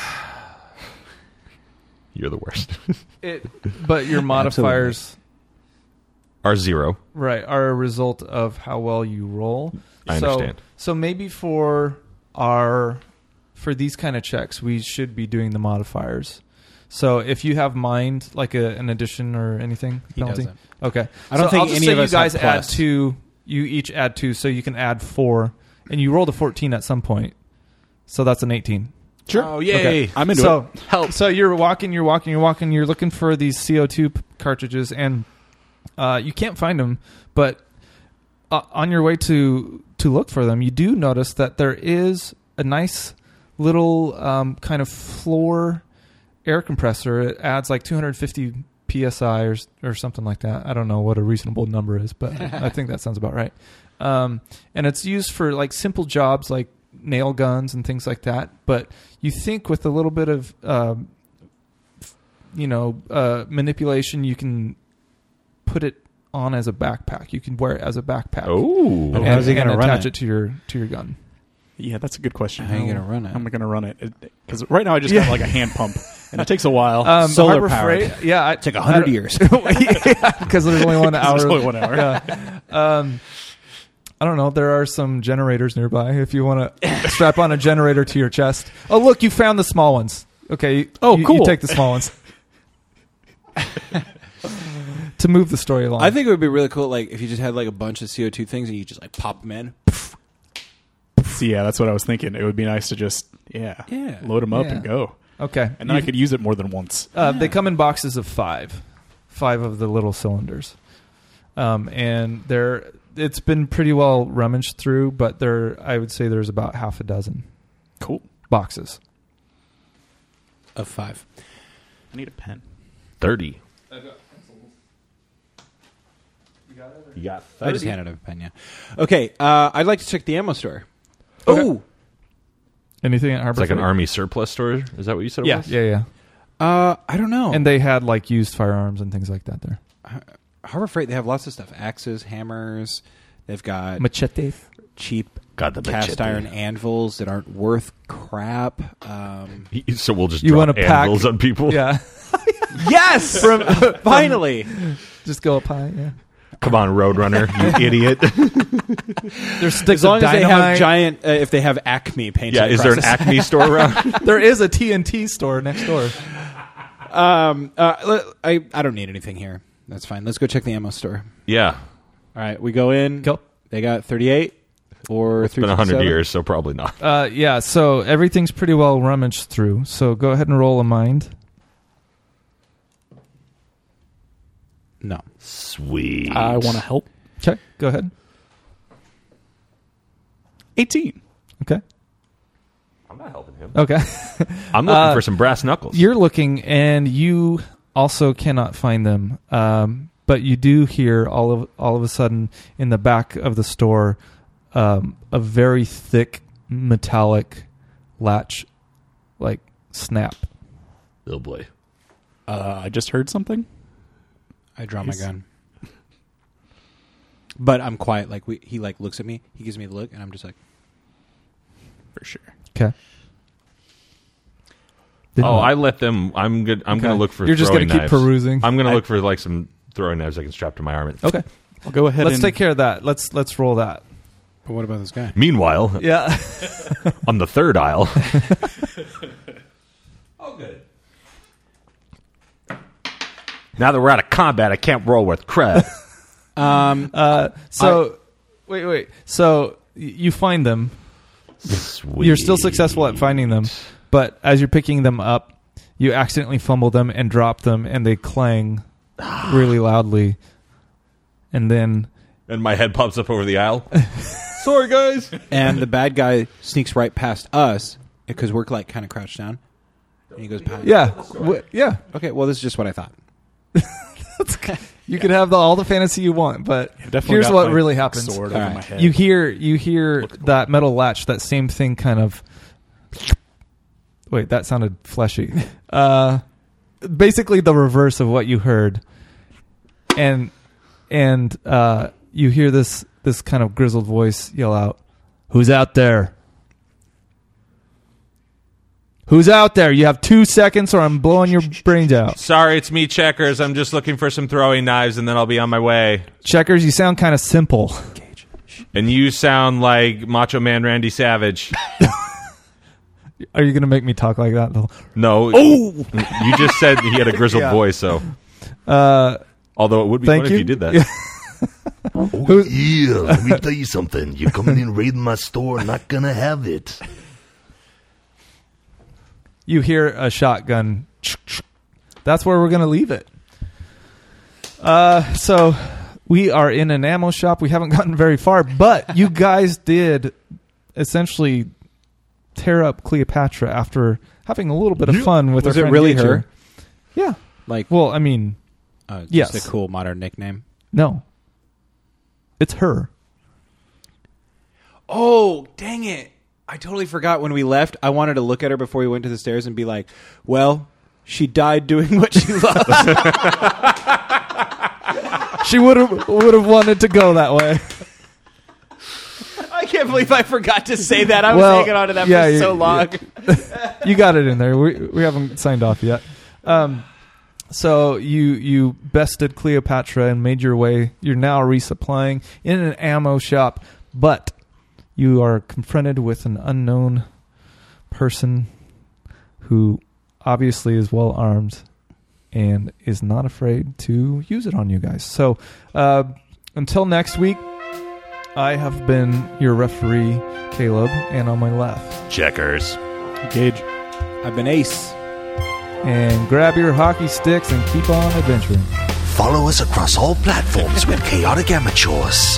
[SPEAKER 1] You're the worst.
[SPEAKER 3] it, but your modifiers
[SPEAKER 1] Are zero.
[SPEAKER 3] right are a result of how well you roll.
[SPEAKER 1] I
[SPEAKER 3] so,
[SPEAKER 1] understand.
[SPEAKER 3] So maybe for our for these kind of checks, we should be doing the modifiers. So if you have mind like a, an addition or anything
[SPEAKER 4] He
[SPEAKER 3] penalty,
[SPEAKER 4] doesn't.
[SPEAKER 3] okay.
[SPEAKER 4] I don't
[SPEAKER 3] So
[SPEAKER 4] think
[SPEAKER 3] I'll just
[SPEAKER 4] any
[SPEAKER 3] say
[SPEAKER 4] of
[SPEAKER 3] you
[SPEAKER 4] us have
[SPEAKER 3] guys add
[SPEAKER 4] plus.
[SPEAKER 3] two. You each add two, so you can add four, and you rolled a fourteen at some point, so that's an eighteen.
[SPEAKER 5] Sure.
[SPEAKER 3] uh,
[SPEAKER 1] Oh, yay.
[SPEAKER 5] I'm into
[SPEAKER 3] so
[SPEAKER 5] it.
[SPEAKER 3] help. So you're walking, you're walking, you're walking. You're looking for these CO2 p- cartridges, and uh, you can't find them. But uh, on your way to to look for them, you do notice that there is a nice little um, kind of floor air compressor. It adds like 250 psi or s- or something like that. I don't know what a reasonable number is, but I, I think that sounds about right. Um, and it's used for like simple jobs like nail guns and things like that. But you think with a little bit of um, f- you know uh, manipulation, you can put it on as a backpack. You can wear it as a backpack.
[SPEAKER 1] Oh.
[SPEAKER 4] how's he
[SPEAKER 3] and
[SPEAKER 4] gonna run
[SPEAKER 3] attach
[SPEAKER 4] it?
[SPEAKER 3] it? to your to your gun?
[SPEAKER 5] Yeah, that's a good question.
[SPEAKER 4] How you
[SPEAKER 5] How-
[SPEAKER 4] gonna run it?
[SPEAKER 5] How am I going to run it? Because right now I just got like a hand pump, and it takes a while.
[SPEAKER 3] Um,
[SPEAKER 4] Solar
[SPEAKER 3] Harbor
[SPEAKER 4] powered.
[SPEAKER 3] Freight- yeah, I,
[SPEAKER 4] It's like a hundred years.
[SPEAKER 3] because there's only one hour.
[SPEAKER 5] It's only one hour.
[SPEAKER 3] Yeah. Um, I don't know. There are some generators nearby. If you want to strap on a generator to your chest. Oh, look, you found the small ones. Okay.
[SPEAKER 5] Oh,
[SPEAKER 3] you- you
[SPEAKER 5] cool.
[SPEAKER 3] take the small ones. to move the story along.
[SPEAKER 4] I think it would be really cool, like if you just had like a bunch of CO two things and you just like pop them in.
[SPEAKER 5] So, yeah, that's what I was thinking. It would be nice to just yeah,
[SPEAKER 4] Yeah.
[SPEAKER 5] load them up
[SPEAKER 3] Yeah.
[SPEAKER 5] and go,
[SPEAKER 3] Okay.
[SPEAKER 5] and then I could use it more than once.
[SPEAKER 3] Uh, They come in boxes of five, five of the little cylinders, um, and they're it's been pretty well rummaged through, but there I would say there's about half a dozen
[SPEAKER 5] Cool.
[SPEAKER 3] boxes.
[SPEAKER 4] Of five.
[SPEAKER 5] I need a pen.
[SPEAKER 1] 30. You got 30.
[SPEAKER 4] I just handed him a pen, yeah. Okay, uh, I'd like to check the ammo store.
[SPEAKER 3] Okay.
[SPEAKER 4] Oh,
[SPEAKER 3] Anything at
[SPEAKER 1] It's
[SPEAKER 3] Harbor?
[SPEAKER 1] like an
[SPEAKER 3] Freight?
[SPEAKER 1] army surplus store. Is that what you said? it
[SPEAKER 3] Yeah,
[SPEAKER 1] was?
[SPEAKER 3] yeah, yeah.
[SPEAKER 4] uh, I don't know.
[SPEAKER 3] And they had like used firearms and things like that there.
[SPEAKER 4] Harbor Freight, they have lots of stuff: axes, hammers. They've got
[SPEAKER 3] Machete.
[SPEAKER 4] cheap
[SPEAKER 1] Got the
[SPEAKER 4] cast
[SPEAKER 1] machete.
[SPEAKER 4] iron anvils that aren't worth crap. Um,
[SPEAKER 1] So we'll just
[SPEAKER 3] You
[SPEAKER 1] drop
[SPEAKER 3] wanna pack-
[SPEAKER 1] anvils on people.
[SPEAKER 3] Yeah,
[SPEAKER 4] yes, from finally.
[SPEAKER 3] just go up high. Yeah,
[SPEAKER 1] Come on, Roadrunner, you idiot.
[SPEAKER 3] there's sticks
[SPEAKER 4] As long
[SPEAKER 3] of
[SPEAKER 4] as they have
[SPEAKER 3] dynamite.
[SPEAKER 4] giant, uh, if they have Acme painted.
[SPEAKER 1] yeah, is there an
[SPEAKER 4] across it.
[SPEAKER 1] Acme store around?
[SPEAKER 3] there is a TNT store next door.
[SPEAKER 4] Um, uh, le- I I don't need anything here. That's fine. Let's go check the ammo store.
[SPEAKER 1] yeah.
[SPEAKER 4] All right, we go in.
[SPEAKER 3] Go.
[SPEAKER 4] They got thirty-eight or
[SPEAKER 1] It's been 100
[SPEAKER 4] 357.
[SPEAKER 1] years, so probably not.
[SPEAKER 3] Uh, yeah, so everything's pretty well rummaged through. So go ahead and roll a mind.
[SPEAKER 4] No.
[SPEAKER 1] Sweet.
[SPEAKER 5] I want to help.
[SPEAKER 3] Okay, go ahead.
[SPEAKER 5] Eighteen.
[SPEAKER 3] Okay,
[SPEAKER 1] I'm not helping him.
[SPEAKER 3] okay.
[SPEAKER 1] I'm looking
[SPEAKER 3] Uh,
[SPEAKER 1] for some brass knuckles.
[SPEAKER 3] You're looking, and you also cannot find them. Um, but you do hear all of all of a sudden in the back of the store um, a very thick metallic latch, like snap.
[SPEAKER 1] oh, boy.
[SPEAKER 5] Uh, I just heard something.
[SPEAKER 4] I draw
[SPEAKER 5] He's-
[SPEAKER 4] my gun. But I'm quiet. Like we, he like looks at me. He gives me the look, and I'm just like,
[SPEAKER 5] for sure.
[SPEAKER 3] Okay.
[SPEAKER 1] oh, I let them. I'm good. I'm going to look for
[SPEAKER 3] You're just
[SPEAKER 1] going
[SPEAKER 3] gonna
[SPEAKER 1] to
[SPEAKER 3] keep perusing.
[SPEAKER 1] I'm going to
[SPEAKER 3] I-
[SPEAKER 1] look for like some throwing knives I can strap to my arm. And
[SPEAKER 3] okay.
[SPEAKER 5] I'll go ahead.
[SPEAKER 3] Let's
[SPEAKER 5] and
[SPEAKER 3] take care of that. Let's let's roll that.
[SPEAKER 4] but what about this guy?
[SPEAKER 1] Meanwhile,
[SPEAKER 3] Yeah.
[SPEAKER 1] on the third aisle. oh, good. Now that we're out of combat, I can't roll with crap.
[SPEAKER 4] Um,
[SPEAKER 3] Uh, so wait, wait. So y- you find them.
[SPEAKER 1] Sweet.
[SPEAKER 3] You're still successful at finding them, but as you're picking them up, you accidentally fumble them and drop them, and they clang really loudly. And then,
[SPEAKER 1] And my head pops up over the aisle. Sorry, guys.
[SPEAKER 4] and the bad guy sneaks right past us because we're like kind of crouched down, and he goes, behind.
[SPEAKER 3] yeah, w- yeah,
[SPEAKER 4] Okay, well, this is just what I thought.
[SPEAKER 3] you could have the, all the fantasy you want, but
[SPEAKER 5] I've definitely
[SPEAKER 3] here's
[SPEAKER 5] got
[SPEAKER 3] what
[SPEAKER 5] my
[SPEAKER 3] really happens.
[SPEAKER 5] Sword
[SPEAKER 4] All
[SPEAKER 5] over
[SPEAKER 4] right.
[SPEAKER 5] my head.
[SPEAKER 3] You hear, you hear that metal latch. That same thing, kind of. Wait, that sounded fleshy. Uh, basically, the reverse of what you heard, and and uh, you hear this this kind of grizzled voice yell out, "Who's out there? Who's out there? You have two seconds, or I'm blowing your brains out."
[SPEAKER 1] Sorry, it's me, Checkers. I'm just looking for some throwing knives, and then I'll be on my way.
[SPEAKER 3] Checkers, you sound kind of simple.
[SPEAKER 1] And you sound like Macho Man Randy Savage.
[SPEAKER 3] Are you going to make me talk like that? though?
[SPEAKER 1] No. Oh! You just said he had a grizzled
[SPEAKER 3] Yeah.
[SPEAKER 1] voice, so.
[SPEAKER 3] Uh,
[SPEAKER 1] Although it would be
[SPEAKER 3] Thank
[SPEAKER 1] fun
[SPEAKER 3] you.
[SPEAKER 1] if you did that.
[SPEAKER 3] Yeah.
[SPEAKER 2] Oh,
[SPEAKER 3] Who's-
[SPEAKER 2] yeah, let me tell you something. You're coming in raiding my store, not gonna have it.
[SPEAKER 3] you hear a shotgun. That's where we're going to leave it. Uh, so we are in an ammo shop. We haven't gotten very far, but you guys did essentially tear up Cleopatra after having a little bit of fun with
[SPEAKER 4] Was
[SPEAKER 3] our
[SPEAKER 4] it
[SPEAKER 3] friend
[SPEAKER 4] really
[SPEAKER 3] Gidger.
[SPEAKER 4] her?
[SPEAKER 3] Yeah.
[SPEAKER 4] Like,
[SPEAKER 3] Well, I mean,
[SPEAKER 4] uh, just
[SPEAKER 3] yes.
[SPEAKER 4] a cool modern nickname.
[SPEAKER 3] no. It's her.
[SPEAKER 4] Oh, dang it! I totally forgot when we left. I wanted to look at her before we went to the stairs and be like, "Well, she died doing what she loved."
[SPEAKER 3] She would have would have wanted to go that way.
[SPEAKER 4] I
[SPEAKER 6] can't believe I forgot to say that. I was
[SPEAKER 3] Well,
[SPEAKER 6] hanging on to that
[SPEAKER 3] yeah,
[SPEAKER 6] for
[SPEAKER 3] yeah,
[SPEAKER 6] so
[SPEAKER 3] yeah.
[SPEAKER 6] long.
[SPEAKER 3] you got it in there. We we haven't signed off yet. Um, so you you bested Cleopatra and made your way. You're now resupplying in an ammo shop, but you are confronted with an unknown person who obviously is well armed and is not afraid to use it on you guys. So uh, until next week, I have been your referee, Caleb, and on my left.
[SPEAKER 1] Checkers.
[SPEAKER 5] Gage.
[SPEAKER 4] I've been ace.
[SPEAKER 3] and grab your hockey sticks and keep on adventuring.
[SPEAKER 2] Follow us across all platforms with Chaotic Amateurs.